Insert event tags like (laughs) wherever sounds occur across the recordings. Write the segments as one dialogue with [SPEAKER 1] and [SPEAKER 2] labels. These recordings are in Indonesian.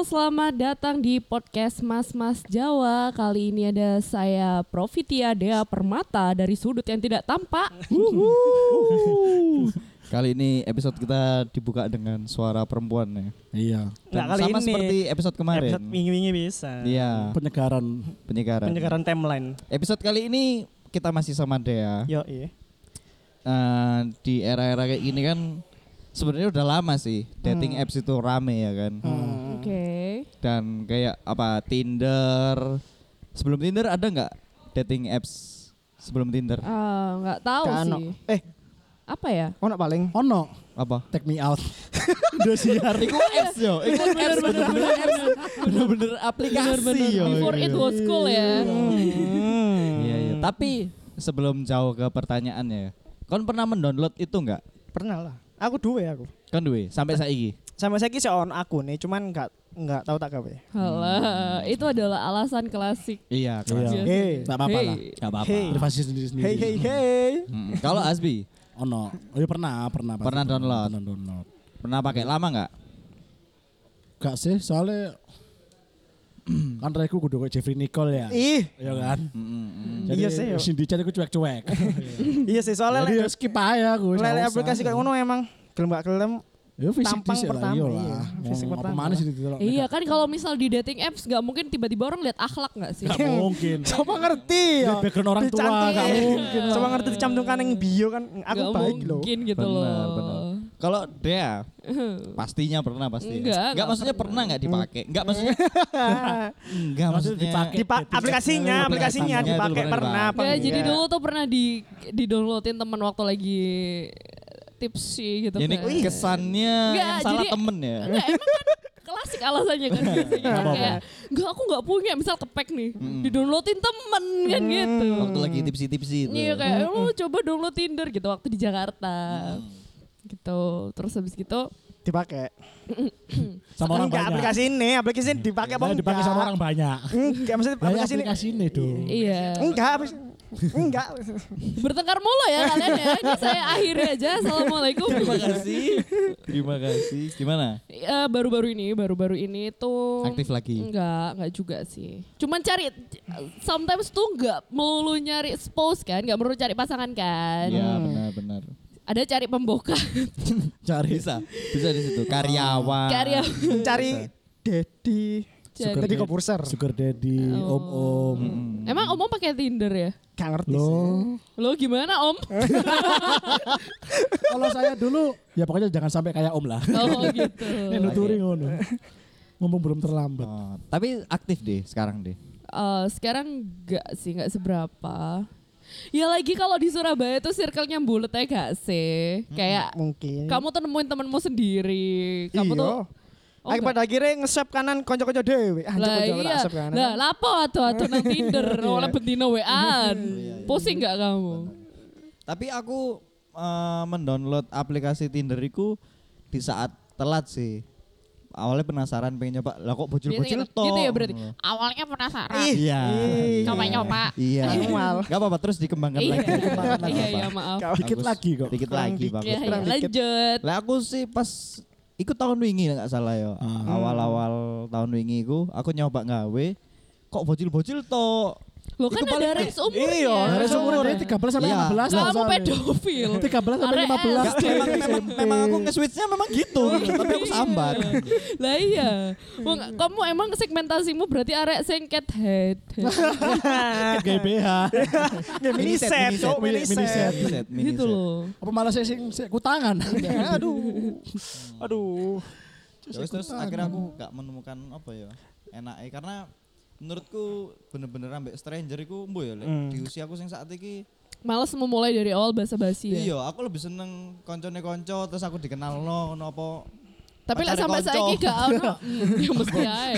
[SPEAKER 1] selamat datang di podcast Mas Mas Jawa. Kali ini ada saya Profitia Dea Permata dari sudut yang tidak tampak.
[SPEAKER 2] Hmm.
[SPEAKER 3] Kali ini episode kita dibuka dengan suara perempuan ya.
[SPEAKER 4] Iya,
[SPEAKER 3] Dan
[SPEAKER 2] Nggak, kali
[SPEAKER 3] sama
[SPEAKER 2] ini.
[SPEAKER 3] seperti episode kemarin.
[SPEAKER 2] Episode minggu-minggu bisa.
[SPEAKER 3] Iya,
[SPEAKER 4] penyegaran.
[SPEAKER 3] penyegaran.
[SPEAKER 2] Penyegaran timeline.
[SPEAKER 3] Episode kali ini kita masih sama Dea.
[SPEAKER 2] Yo iya.
[SPEAKER 3] Eh, di era-era kayak gini kan sebenarnya udah lama sih dating
[SPEAKER 2] Hmm.
[SPEAKER 3] apps itu rame ya kan.
[SPEAKER 1] Oke.
[SPEAKER 3] Dan kayak apa Tinder. Sebelum Tinder ada nggak dating apps sebelum Tinder?
[SPEAKER 1] Ah, nggak tahu
[SPEAKER 2] Kano.
[SPEAKER 1] sih.
[SPEAKER 2] Eh,
[SPEAKER 1] Apa ya?
[SPEAKER 2] ono Oh, paling.
[SPEAKER 4] Ono,
[SPEAKER 2] (laughs)
[SPEAKER 3] Apa?
[SPEAKER 4] take me out. Indosiar.
[SPEAKER 3] Iku apps
[SPEAKER 2] Oh,
[SPEAKER 3] yo,
[SPEAKER 2] iya.
[SPEAKER 3] iku apps bener-bener apps. bener-bener aplikasi
[SPEAKER 2] iya,
[SPEAKER 3] yo.
[SPEAKER 1] Before it was cool ya.
[SPEAKER 2] Hmm.
[SPEAKER 3] Iya iya. Tapi sebelum jauh ke pertanyaannya, kon pernah mendownload itu nggak?
[SPEAKER 2] (laughs) Pernah lah. Aku duwe aku.
[SPEAKER 3] Kon Kan duwe sampai saiki.
[SPEAKER 2] Sama saya kisah on aku nih, cuman nggak nggak tahu tak gawe.
[SPEAKER 1] Halah, itu adalah alasan klasik.
[SPEAKER 3] Iya, kelas.
[SPEAKER 4] kelas. Iya.
[SPEAKER 2] Hey.
[SPEAKER 4] Enggak apa-apa lah.
[SPEAKER 1] Hey.
[SPEAKER 3] Gak apa-apa.
[SPEAKER 2] Hey.
[SPEAKER 4] Privasi sendiri-sendiri.
[SPEAKER 2] Hey hey hey.
[SPEAKER 3] Kalau Asbi
[SPEAKER 4] Ono. Oh, iya pernah, pernah. pasti
[SPEAKER 3] Pernah download.
[SPEAKER 4] Pernah download.
[SPEAKER 3] pernah pakai lama nggak?
[SPEAKER 4] Gak sih, soalnya (clears throat) kan reku kudu kayak Jeffrey Nicole ya.
[SPEAKER 2] Ih,
[SPEAKER 4] Iya kan?
[SPEAKER 2] Iya sih, iya.
[SPEAKER 4] Sindi chat aku
[SPEAKER 2] (laughs)
[SPEAKER 4] cuek-cuek.
[SPEAKER 2] iya sih soalnya
[SPEAKER 4] Jadi ya
[SPEAKER 2] lek
[SPEAKER 4] skip aja aku. gak
[SPEAKER 2] lek
[SPEAKER 4] usah.
[SPEAKER 2] aplikasi kayak ngono emang gelem gak gelem.
[SPEAKER 4] Ya fisik
[SPEAKER 2] tampang
[SPEAKER 4] dhisik lah,
[SPEAKER 2] pertama,
[SPEAKER 4] iya
[SPEAKER 2] iya.
[SPEAKER 4] lah.
[SPEAKER 2] Fisik
[SPEAKER 4] Mau
[SPEAKER 2] pertama.
[SPEAKER 4] apa mana sih ditelok?
[SPEAKER 1] Iya kan kalau misal di dating apps nggak mungkin tiba-tiba orang lihat akhlak nggak sih?
[SPEAKER 4] Gak
[SPEAKER 2] (laughs)
[SPEAKER 4] mungkin.
[SPEAKER 2] Coba ngerti.
[SPEAKER 4] Lihat background ya? orang tua, gak
[SPEAKER 2] mungkin. Coba Iya. ngerti dicantumkan yang bio kan aku
[SPEAKER 1] Nggak
[SPEAKER 2] baik loh. (laughs)
[SPEAKER 1] mungkin gitu
[SPEAKER 3] Benar,
[SPEAKER 1] loh.
[SPEAKER 3] benar. Kalau Dea
[SPEAKER 1] (laughs)
[SPEAKER 3] pastinya pernah pasti.
[SPEAKER 1] Nggak,
[SPEAKER 3] Enggak,
[SPEAKER 1] nggak
[SPEAKER 3] maksudnya pernah nggak dipakai? Enggak maksudnya (laughs) enggak
[SPEAKER 4] Maksudnya
[SPEAKER 3] maksudnya
[SPEAKER 4] dipakai.
[SPEAKER 2] Di aplikasinya, aplikasinya
[SPEAKER 3] Aplikasinya itu
[SPEAKER 2] dipakai
[SPEAKER 3] pernah
[SPEAKER 2] pernah apa?
[SPEAKER 1] Nggak, Ya, jadi
[SPEAKER 4] Iya.
[SPEAKER 2] enggak.
[SPEAKER 1] dulu tuh pernah di di downloadin teman waktu lagi tipsy gitu
[SPEAKER 3] Iya, Ini
[SPEAKER 1] kan.
[SPEAKER 3] kesannya
[SPEAKER 1] Nggak,
[SPEAKER 3] yang salah
[SPEAKER 1] jadi-
[SPEAKER 3] temen ya.
[SPEAKER 1] Enggak, emang kan klasik alasannya
[SPEAKER 3] (laughs)
[SPEAKER 1] kan biasanya kan
[SPEAKER 4] apa-apa.
[SPEAKER 1] kayak enggak aku enggak punya misal kepek nih di downloadin temen kan gitu
[SPEAKER 3] Hmm. Waktu lagi tipsi-tipsi itu. Hmm.
[SPEAKER 1] iya kayak lu coba download Tinder gitu waktu di Jakarta gitu terus habis gitu
[SPEAKER 2] dipakai.
[SPEAKER 4] Sama orang
[SPEAKER 2] enggak,
[SPEAKER 4] banyak.
[SPEAKER 2] aplikasi ini, aplikasi ini dipakai apa
[SPEAKER 4] Nah,
[SPEAKER 2] enggak?
[SPEAKER 4] dipakai sama orang banyak.
[SPEAKER 2] Enggak, maksudnya
[SPEAKER 4] Lah, ya
[SPEAKER 2] aplikasi ini.
[SPEAKER 4] aplikasi ini dong.
[SPEAKER 1] iya
[SPEAKER 2] Enggak, aplikasi- enggak.
[SPEAKER 1] bertengkar mulu ya kalian ya ini saya akhiri aja assalamualaikum
[SPEAKER 3] Terima kasih. Terima kasih. Gimana?
[SPEAKER 1] Eh, baru-baru ini baru-baru ini tuh
[SPEAKER 3] Oh, Aktif lagi.
[SPEAKER 1] Enggak, enggak juga sih. Cuman cari sometimes tuh enggak melulu nyari spouse kan, enggak perlu cari pasangan kan.
[SPEAKER 3] Iya, benar-benar.
[SPEAKER 1] Ada cari pembokat.
[SPEAKER 4] Cari.
[SPEAKER 3] Bisa, bisa di situ. Karyawan.
[SPEAKER 1] karya
[SPEAKER 2] Cari Dedi.
[SPEAKER 1] Jadi-
[SPEAKER 2] Dedi Koburser.
[SPEAKER 4] Sugar Daddy, Om Om.
[SPEAKER 1] Emang om om pakai Tinder ya?
[SPEAKER 2] Enggak ngerti
[SPEAKER 4] Lo,
[SPEAKER 2] sih.
[SPEAKER 1] Lo gimana om?
[SPEAKER 4] kalau saya dulu ya pokoknya jangan sampai kayak Om lah.
[SPEAKER 1] Oh gitu.
[SPEAKER 4] Ini nuturi ngono. Mumpung belum terlambat.
[SPEAKER 3] Oh, tapi aktif deh sekarang deh.
[SPEAKER 1] Eh, sekarang enggak sih, enggak seberapa. Ya lagi kalau di Surabaya tuh circle-nya bulet ya gak sih? Kayak
[SPEAKER 2] Mungkin.
[SPEAKER 1] kamu tuh nemuin temenmu sendiri. Kamu
[SPEAKER 2] Hmm. Iya.
[SPEAKER 1] tuh Oh,
[SPEAKER 2] Aku
[SPEAKER 1] enggak.
[SPEAKER 2] pada akhirnya nge-swap kanan konco-konco dewe. Anjir
[SPEAKER 1] lah
[SPEAKER 2] konco
[SPEAKER 1] iya,
[SPEAKER 2] swap kanan.
[SPEAKER 1] lah lapo atuh atuh nang Tinder, oleh bendino WA-an. Pusing gak kamu?
[SPEAKER 3] Tapi aku eh, mendownload aplikasi Tinderiku di saat telat sih. Awalnya penasaran pengen nyoba, lah kok bocil-bocil
[SPEAKER 1] Biasanya
[SPEAKER 3] toh.
[SPEAKER 1] gitu ya berarti. Awalnya penasaran.
[SPEAKER 2] Ih,
[SPEAKER 3] Iya.
[SPEAKER 2] ih.
[SPEAKER 1] Coba-nyoba.
[SPEAKER 3] Iya.
[SPEAKER 2] Mual.
[SPEAKER 3] Gak apa-apa terus dikembangkan
[SPEAKER 1] Iya,
[SPEAKER 3] lagi. Dikembangkan lagi
[SPEAKER 1] iya,
[SPEAKER 3] apa.
[SPEAKER 1] iya, maaf.
[SPEAKER 2] Kau-
[SPEAKER 4] Dikit
[SPEAKER 3] Bagus.
[SPEAKER 4] lagi kok.
[SPEAKER 3] Dikit
[SPEAKER 2] Kurang
[SPEAKER 3] lagi
[SPEAKER 2] dikit.
[SPEAKER 3] bagus.
[SPEAKER 1] Iya, iya,
[SPEAKER 2] kurang dikit.
[SPEAKER 1] lanjut.
[SPEAKER 3] Lah aku sih pas ikut tahun wingi nggak salah ya. Awal-awal tahun wingi iku aku nyoba ngawe kok bocil-bocil to.
[SPEAKER 1] Lo kan ada
[SPEAKER 3] Itu paling-
[SPEAKER 1] range umurnya.
[SPEAKER 2] Iya,
[SPEAKER 4] Dari
[SPEAKER 3] range
[SPEAKER 4] umur dari 13 ya, sampai
[SPEAKER 3] Iya.
[SPEAKER 4] 15 lah
[SPEAKER 1] Kamu
[SPEAKER 4] soalnya.
[SPEAKER 1] pedofil.
[SPEAKER 4] 13 sampai
[SPEAKER 1] Are
[SPEAKER 4] 15.
[SPEAKER 3] Nggak, memang, memang, memang aku nge-switchnya memang gitu, tapi aku sambat.
[SPEAKER 1] Iya. Lah iya. Wong kamu emang segmentasimu berarti arek sing cathead.
[SPEAKER 4] GBH.
[SPEAKER 2] Ya, mini
[SPEAKER 3] Mini set,
[SPEAKER 2] set,
[SPEAKER 3] mini
[SPEAKER 2] cok,
[SPEAKER 4] set,
[SPEAKER 2] mini
[SPEAKER 4] mini- mini
[SPEAKER 2] set.
[SPEAKER 3] Mini set, mini
[SPEAKER 1] gitu
[SPEAKER 3] set.
[SPEAKER 1] loh.
[SPEAKER 4] Apa malah saya sing sing kutangan.
[SPEAKER 2] Ya, Aduh. Aduh.
[SPEAKER 3] Terus, terus akhirnya aku gak menemukan apa ya enaknya karena menurutku bener-bener ambek stranger iku mbo ya Lek. di usia aku sing saat iki
[SPEAKER 1] Males memulai dari awal basa-basi ya.
[SPEAKER 3] iya aku lebih seneng koncone konco terus aku dikenal no apa
[SPEAKER 1] Tapi lek
[SPEAKER 3] Pacar
[SPEAKER 1] sampai
[SPEAKER 3] konco.
[SPEAKER 1] saiki gak
[SPEAKER 3] (laughs)
[SPEAKER 1] ono. hmm, Ya mesti ae.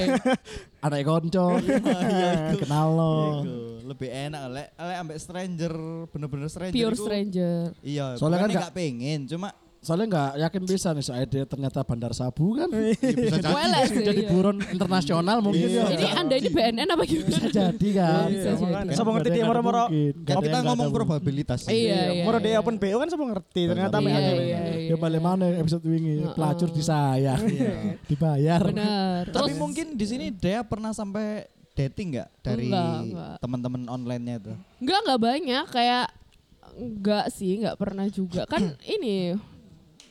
[SPEAKER 4] Anak konco.
[SPEAKER 3] Iya.
[SPEAKER 4] Kenal lo.
[SPEAKER 3] Iku, lebih enak lek lek ambek stranger bener-bener stranger
[SPEAKER 1] Pure
[SPEAKER 3] iku-
[SPEAKER 1] stranger.
[SPEAKER 3] iya
[SPEAKER 4] Soalnya
[SPEAKER 3] soalnya
[SPEAKER 4] kan
[SPEAKER 3] kan
[SPEAKER 4] gak-
[SPEAKER 3] gak pengen cuma
[SPEAKER 4] soalnya nggak yakin bisa nih soalnya dia ternyata bandar sabu kan
[SPEAKER 3] Iya. ya
[SPEAKER 5] bisa jadi.
[SPEAKER 1] Boleh sih,
[SPEAKER 4] jadi
[SPEAKER 1] iya.
[SPEAKER 4] buron internasional mungkin
[SPEAKER 5] Iya.
[SPEAKER 4] ya.
[SPEAKER 1] Ini anda ini BNN apa
[SPEAKER 4] bisa (laughs)
[SPEAKER 1] gimana?
[SPEAKER 4] jadi kan
[SPEAKER 1] Bisa
[SPEAKER 4] Emang
[SPEAKER 1] jadi.
[SPEAKER 4] kan
[SPEAKER 2] Sopo
[SPEAKER 4] nggak
[SPEAKER 2] ngerti
[SPEAKER 4] ada
[SPEAKER 2] dia
[SPEAKER 4] yang
[SPEAKER 2] moro-moro.
[SPEAKER 4] mungkin. Nggak
[SPEAKER 3] Kan
[SPEAKER 4] ada
[SPEAKER 3] kita ngomong
[SPEAKER 4] yang nggak ada mungkin.
[SPEAKER 3] probabilitas. sih.
[SPEAKER 1] Iya, iya.
[SPEAKER 2] Moro dia open BO kan semua ngerti. Ternyata
[SPEAKER 1] Iya,
[SPEAKER 2] PAD.
[SPEAKER 1] iya, iya.
[SPEAKER 4] ya balik mana episode wingi
[SPEAKER 1] Heeh.
[SPEAKER 4] pelacur disayang Iya. dibayar
[SPEAKER 1] Benar.
[SPEAKER 3] Tapi
[SPEAKER 1] Terus- Iya.
[SPEAKER 3] mungkin di sini Dea pernah sampai dating nggak dari
[SPEAKER 1] Enggak, enggak.
[SPEAKER 3] teman-teman online-nya itu?
[SPEAKER 1] Enggak, enggak banyak. Kayak enggak sih, enggak pernah juga.
[SPEAKER 4] (clears throat)
[SPEAKER 1] Kan ini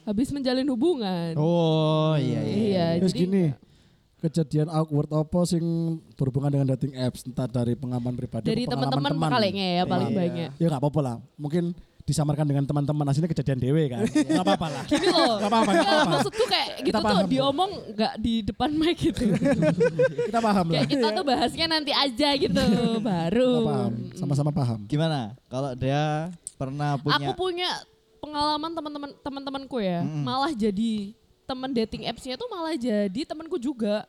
[SPEAKER 1] habis menjalin hubungan.
[SPEAKER 3] Oh iya
[SPEAKER 1] iya.
[SPEAKER 4] Nah, terus
[SPEAKER 1] jadi-
[SPEAKER 4] gini kejadian awkward apa sing berhubungan dengan dating apps entah dari pengalaman pribadi
[SPEAKER 1] Dari
[SPEAKER 4] atau pengalaman
[SPEAKER 1] teman-teman palingnya ya paling
[SPEAKER 2] Iya.
[SPEAKER 1] banyak.
[SPEAKER 4] ya nggak apa-apa lah mungkin disamarkan dengan teman-teman aslinya kejadian dewe kan
[SPEAKER 1] Iya.
[SPEAKER 4] nggak apa-apa lah
[SPEAKER 1] Gini gitu loh.
[SPEAKER 4] Nggak apa-apa, nggak
[SPEAKER 1] Enggak,
[SPEAKER 4] apa-apa.
[SPEAKER 1] maksudku kayak gitu
[SPEAKER 4] Kita
[SPEAKER 1] tuh
[SPEAKER 4] paham.
[SPEAKER 1] diomong enggak di depan mic
[SPEAKER 4] (laughs)
[SPEAKER 1] gitu.
[SPEAKER 4] kita paham lah
[SPEAKER 1] kayak gitu. kita tuh bahasnya nanti aja gitu, baru.
[SPEAKER 4] kita Iya. paham sama-sama paham
[SPEAKER 3] Gimana? Kalau Dea pernah
[SPEAKER 1] Aku
[SPEAKER 3] punya
[SPEAKER 1] punya pengalaman teman-teman teman-temanku ya, malah jadi teman dating apps-nya tuh malah jadi temanku juga.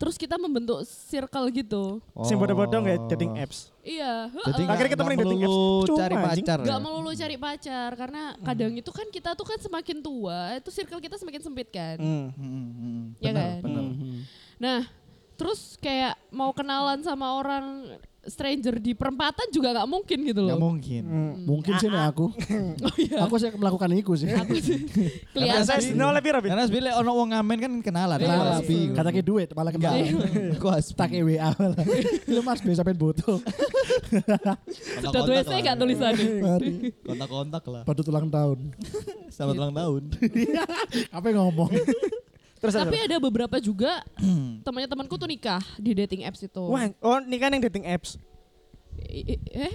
[SPEAKER 1] Terus kita membentuk circle gitu.
[SPEAKER 2] Sing bodoh-bodoh nggak ya, dating apps.
[SPEAKER 1] Iya.
[SPEAKER 3] Oh. Jadi
[SPEAKER 1] heeh.
[SPEAKER 3] nggak-
[SPEAKER 2] Akhirnya ketemu
[SPEAKER 3] nggak
[SPEAKER 2] di dating apps.
[SPEAKER 3] melulu
[SPEAKER 2] Cuma,
[SPEAKER 3] cari
[SPEAKER 2] anjing.
[SPEAKER 3] pacar.
[SPEAKER 1] Gak
[SPEAKER 3] ya?
[SPEAKER 1] melulu cari pacar karena kadang itu kan kita tuh kan semakin tua, itu circle kita semakin sempit kan.
[SPEAKER 2] Hmm.
[SPEAKER 3] Hmm, hmm, hmm.
[SPEAKER 1] Ya
[SPEAKER 3] Benar,
[SPEAKER 1] kan?
[SPEAKER 3] benar.
[SPEAKER 1] Nah, terus kayak mau kenalan sama orang stranger di perempatan juga gak mungkin gitu
[SPEAKER 3] Nggak
[SPEAKER 1] loh.
[SPEAKER 3] mungkin.
[SPEAKER 2] Hmm.
[SPEAKER 4] mungkin sih nih aku
[SPEAKER 1] Ah, (laughs) Oh iya.
[SPEAKER 4] aku sih melakukan itu sih
[SPEAKER 1] Kelihatan.
[SPEAKER 2] Saya no lebih rapi.
[SPEAKER 3] Karena bila ono wong ngamen kan kenalan.
[SPEAKER 1] Iya,
[SPEAKER 3] Kenalan.
[SPEAKER 1] pasti.
[SPEAKER 3] Tapi-
[SPEAKER 2] gitu.
[SPEAKER 4] kata duit malah
[SPEAKER 3] Enggak.
[SPEAKER 4] kenal
[SPEAKER 3] Aku
[SPEAKER 4] tak ke WA malah. lu mas biasa pengen butuh
[SPEAKER 1] Sedot WC gak tulisannya.
[SPEAKER 3] Kontak-kontak lah.
[SPEAKER 4] pada ulang tahun
[SPEAKER 3] Selamat ulang tahun.
[SPEAKER 4] apa yang ngomong
[SPEAKER 2] Terus
[SPEAKER 1] Tapi ada beberapa juga temannya temanku tuh nikah di dating apps itu.
[SPEAKER 2] Wah, oh ini kan yang dating apps. (laughs)
[SPEAKER 1] I- i- Eh?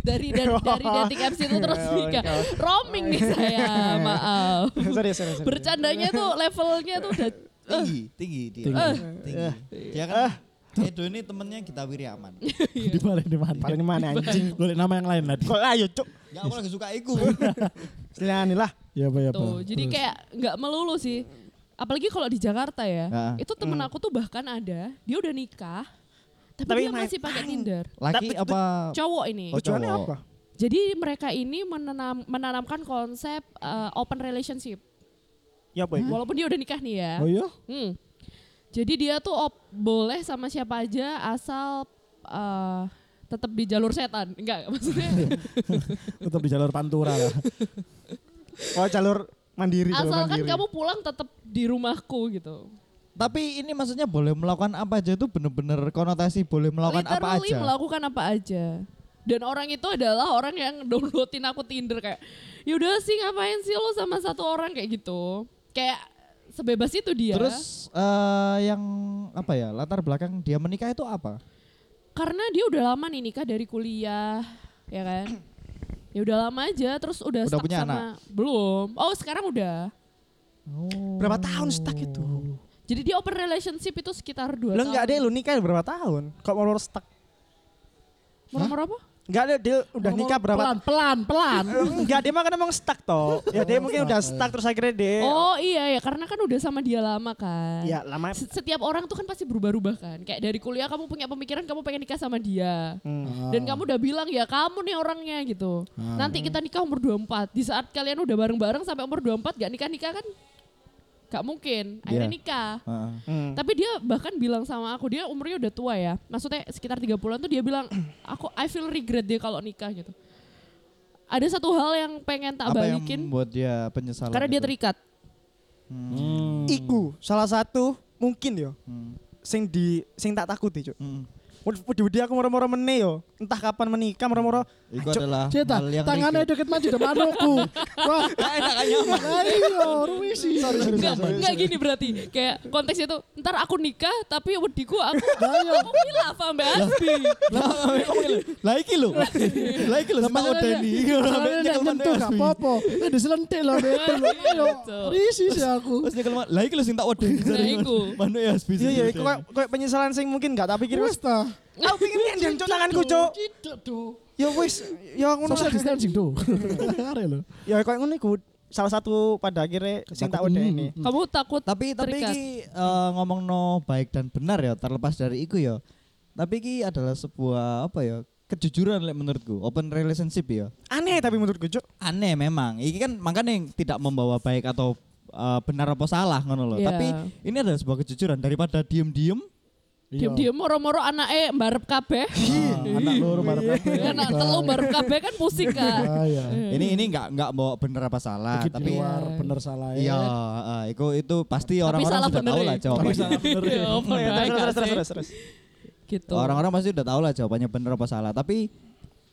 [SPEAKER 1] Dari dari, dari dating apps itu terus nikah. Roaming nih saya, maaf.
[SPEAKER 2] sorry, sorry, sorry.
[SPEAKER 1] Bercandanya tuh levelnya tuh udah
[SPEAKER 3] Tinggi, tinggi dia.
[SPEAKER 4] Tinggi.
[SPEAKER 3] Eh, Tinggi. Dia
[SPEAKER 2] Eh.
[SPEAKER 3] kan Edo ini temennya kita Wiryaman.
[SPEAKER 4] di balik di mana
[SPEAKER 2] Paling mana anjing.
[SPEAKER 4] boleh nama yang lain tadi
[SPEAKER 2] Kok ayo cuk.
[SPEAKER 3] Ya aku lagi suka
[SPEAKER 1] (laughs)
[SPEAKER 3] iku.
[SPEAKER 2] Silahkan lah.
[SPEAKER 4] ya apa ya apa
[SPEAKER 1] Tuh, jadi kayak nggak melulu sih. Apalagi kalau di Jakarta ya,
[SPEAKER 3] Ah.
[SPEAKER 1] itu temen aku tuh bahkan ada, dia udah nikah, tapi,
[SPEAKER 2] Tapi
[SPEAKER 1] dia
[SPEAKER 2] main-
[SPEAKER 1] masih pakai Tinder.
[SPEAKER 3] Laki
[SPEAKER 2] Tapi-
[SPEAKER 3] apa?
[SPEAKER 1] Cowok ini.
[SPEAKER 3] Oh,
[SPEAKER 2] Tujuannya
[SPEAKER 3] cowok.
[SPEAKER 2] apa?
[SPEAKER 1] Jadi mereka ini menanam, menanamkan konsep eh, open relationship.
[SPEAKER 2] Ya boy.
[SPEAKER 1] Walaupun dia udah nikah nih ya.
[SPEAKER 4] oh iya
[SPEAKER 1] Hmm. Jadi dia tuh op- boleh sama siapa aja asal eh, tetap di jalur setan. Enggak, (laughs) maksudnya
[SPEAKER 4] tetap di jalur pantura ya? lah
[SPEAKER 2] Oh jalur mandiri. jalur
[SPEAKER 1] asalkan
[SPEAKER 2] mandiri.
[SPEAKER 1] kan kamu pulang tetap di rumahku gitu.
[SPEAKER 3] Tapi ini maksudnya boleh melakukan apa aja itu bener-bener konotasi boleh melakukan apa
[SPEAKER 1] Literally
[SPEAKER 3] aja.
[SPEAKER 1] melakukan apa aja. Dan orang itu adalah orang yang downloadin aku Tinder kayak, yaudah sih ngapain sih lo sama satu orang kayak gitu. Kayak sebebas itu dia.
[SPEAKER 3] Terus eh, yang apa ya latar belakang dia menikah itu apa?
[SPEAKER 1] karena dia udah lama nih nikah dari kuliah, ya kan? Ya udah lama aja, terus udah,
[SPEAKER 3] Udah
[SPEAKER 1] stuck
[SPEAKER 3] punya
[SPEAKER 1] sama belum. Oh sekarang udah.
[SPEAKER 2] berapa tahun stuck itu?
[SPEAKER 1] Jadi dia open relationship itu sekitar dua
[SPEAKER 2] Lo
[SPEAKER 1] tahun.
[SPEAKER 2] enggak ada lu nikah berapa tahun? Kok mau stuck?
[SPEAKER 1] Murmur apa?
[SPEAKER 2] Enggak ada dia udah nikah berapa? (laughs)
[SPEAKER 4] pelan pelan pelan
[SPEAKER 2] Enggak dia mah kan emang stuck toh. Ya dia mungkin udah stuck terus akhirnya dia.
[SPEAKER 1] Oh iya ya, karena kan udah sama dia lama kan.
[SPEAKER 2] Ya lama.
[SPEAKER 1] Se- Setiap orang tuh kan pasti berubah-ubah kan. Kayak dari kuliah kamu punya pemikiran kamu pengen nikah sama dia.
[SPEAKER 2] Hmm.
[SPEAKER 1] Dan kamu udah bilang ya kamu nih orangnya gitu.
[SPEAKER 2] Ah.
[SPEAKER 1] Nanti kita nikah umur 24. Di saat kalian udah bareng-bareng sampai umur 24 gak nikah-nikah kan gak mungkin. Akhirnya
[SPEAKER 3] Iya.
[SPEAKER 1] nikah.
[SPEAKER 3] Heeh.
[SPEAKER 2] Hmm.
[SPEAKER 1] Tapi dia bahkan bilang sama aku, dia umurnya udah tua ya. Maksudnya sekitar 30 bulan tuh dia bilang, (clears throat) aku I feel regret deh kalau nikah gitu. Ada satu hal yang pengen tak
[SPEAKER 3] apa yang
[SPEAKER 1] balikin
[SPEAKER 3] membuat dia penyesalan? gitu?
[SPEAKER 1] karena dia
[SPEAKER 3] itu?
[SPEAKER 1] terikat.
[SPEAKER 2] Hmm. Iku salah satu mungkin yo.
[SPEAKER 3] Hmm.
[SPEAKER 2] Sing di sing tak takuti cuk.
[SPEAKER 3] Hmm.
[SPEAKER 2] Wedi-wedi aku moro-moro meneh yo. Entah kapan menikah moro-moro.
[SPEAKER 3] Itu
[SPEAKER 2] Cuk,
[SPEAKER 3] adalah
[SPEAKER 4] Cita,
[SPEAKER 3] hal yang
[SPEAKER 4] tangannya
[SPEAKER 3] rigid.
[SPEAKER 4] deket maju depan manukku. Wah, iya,
[SPEAKER 3] enak aja.
[SPEAKER 4] ayo, ruisi. Sorry, sorry,
[SPEAKER 1] Enggak, enggak gini berarti. Kayak konteks itu, ntar aku nikah tapi wediku aku
[SPEAKER 3] (laughs)
[SPEAKER 1] aku hilaf sampai Asbi.
[SPEAKER 3] oh, iya. Lah iki lho. Lah iki lho sama Odeni.
[SPEAKER 4] Soalnya nyentuh gak apa-apa. Eh, diselentik lah, bete. lho. Ayo, ruisi sih aku.
[SPEAKER 3] Terus nyekel ma- lah iki lho sing tak Odeni.
[SPEAKER 1] Nah, iku.
[SPEAKER 3] Manuk ya habis.
[SPEAKER 2] Iya iya iku kayak kayak penyesalan sing mungkin enggak tak pikir
[SPEAKER 4] Wes
[SPEAKER 2] wis.
[SPEAKER 4] ta.
[SPEAKER 2] Aku pikir
[SPEAKER 1] (laughs)
[SPEAKER 2] nendang cuk tanganku cuk.
[SPEAKER 4] Tidak, do.
[SPEAKER 2] Ya wis, ya ngono
[SPEAKER 4] Social
[SPEAKER 2] lah.
[SPEAKER 4] distancing, (laughs) do. Are lho.
[SPEAKER 2] Ya kayak ngono iku salah satu pada akhirnya sing tak
[SPEAKER 4] Takut,
[SPEAKER 2] udah
[SPEAKER 4] hmm,
[SPEAKER 2] ini.
[SPEAKER 4] hmm.
[SPEAKER 1] Kamu takut
[SPEAKER 3] Tapi tapi
[SPEAKER 1] terikat.
[SPEAKER 3] iki eh, ngomong no baik dan benar ya terlepas dari iku ya. Tapi iki adalah sebuah apa ya? kejujuran lek menurutku open relationship ya
[SPEAKER 2] Aneh tapi menurutku cuk.
[SPEAKER 3] aneh memang ini kan makanya yang tidak membawa baik atau uh, benar apa salah ngono loh
[SPEAKER 1] Iya.
[SPEAKER 3] tapi ini adalah sebuah kejujuran daripada diem-diem Iya.
[SPEAKER 1] Diam-diam moro-moro anaknya mbarep
[SPEAKER 3] (laughs)
[SPEAKER 1] kabeh.
[SPEAKER 4] anak loro
[SPEAKER 1] iya.
[SPEAKER 4] bareng
[SPEAKER 1] Anak telu mbarep kabeh kan pusing
[SPEAKER 3] Iya,
[SPEAKER 1] kan.
[SPEAKER 4] Bahaya.
[SPEAKER 3] ini ini nggak nggak bawa benar apa salah
[SPEAKER 4] Iki Ah, iya. di
[SPEAKER 3] tapi
[SPEAKER 4] luar bener salah ya.
[SPEAKER 3] iya eh, itu itu pasti
[SPEAKER 1] Tapi
[SPEAKER 3] orang-orang
[SPEAKER 1] salah
[SPEAKER 3] sudah
[SPEAKER 1] bener
[SPEAKER 3] tahu
[SPEAKER 1] ya.
[SPEAKER 3] lah jawabannya
[SPEAKER 1] Iya, open mic
[SPEAKER 2] Terus terus
[SPEAKER 1] gak
[SPEAKER 2] terus
[SPEAKER 1] sih?
[SPEAKER 2] terus terus.
[SPEAKER 1] Gitu.
[SPEAKER 3] orang-orang pasti udah tahu lah jawabannya benar apa salah tapi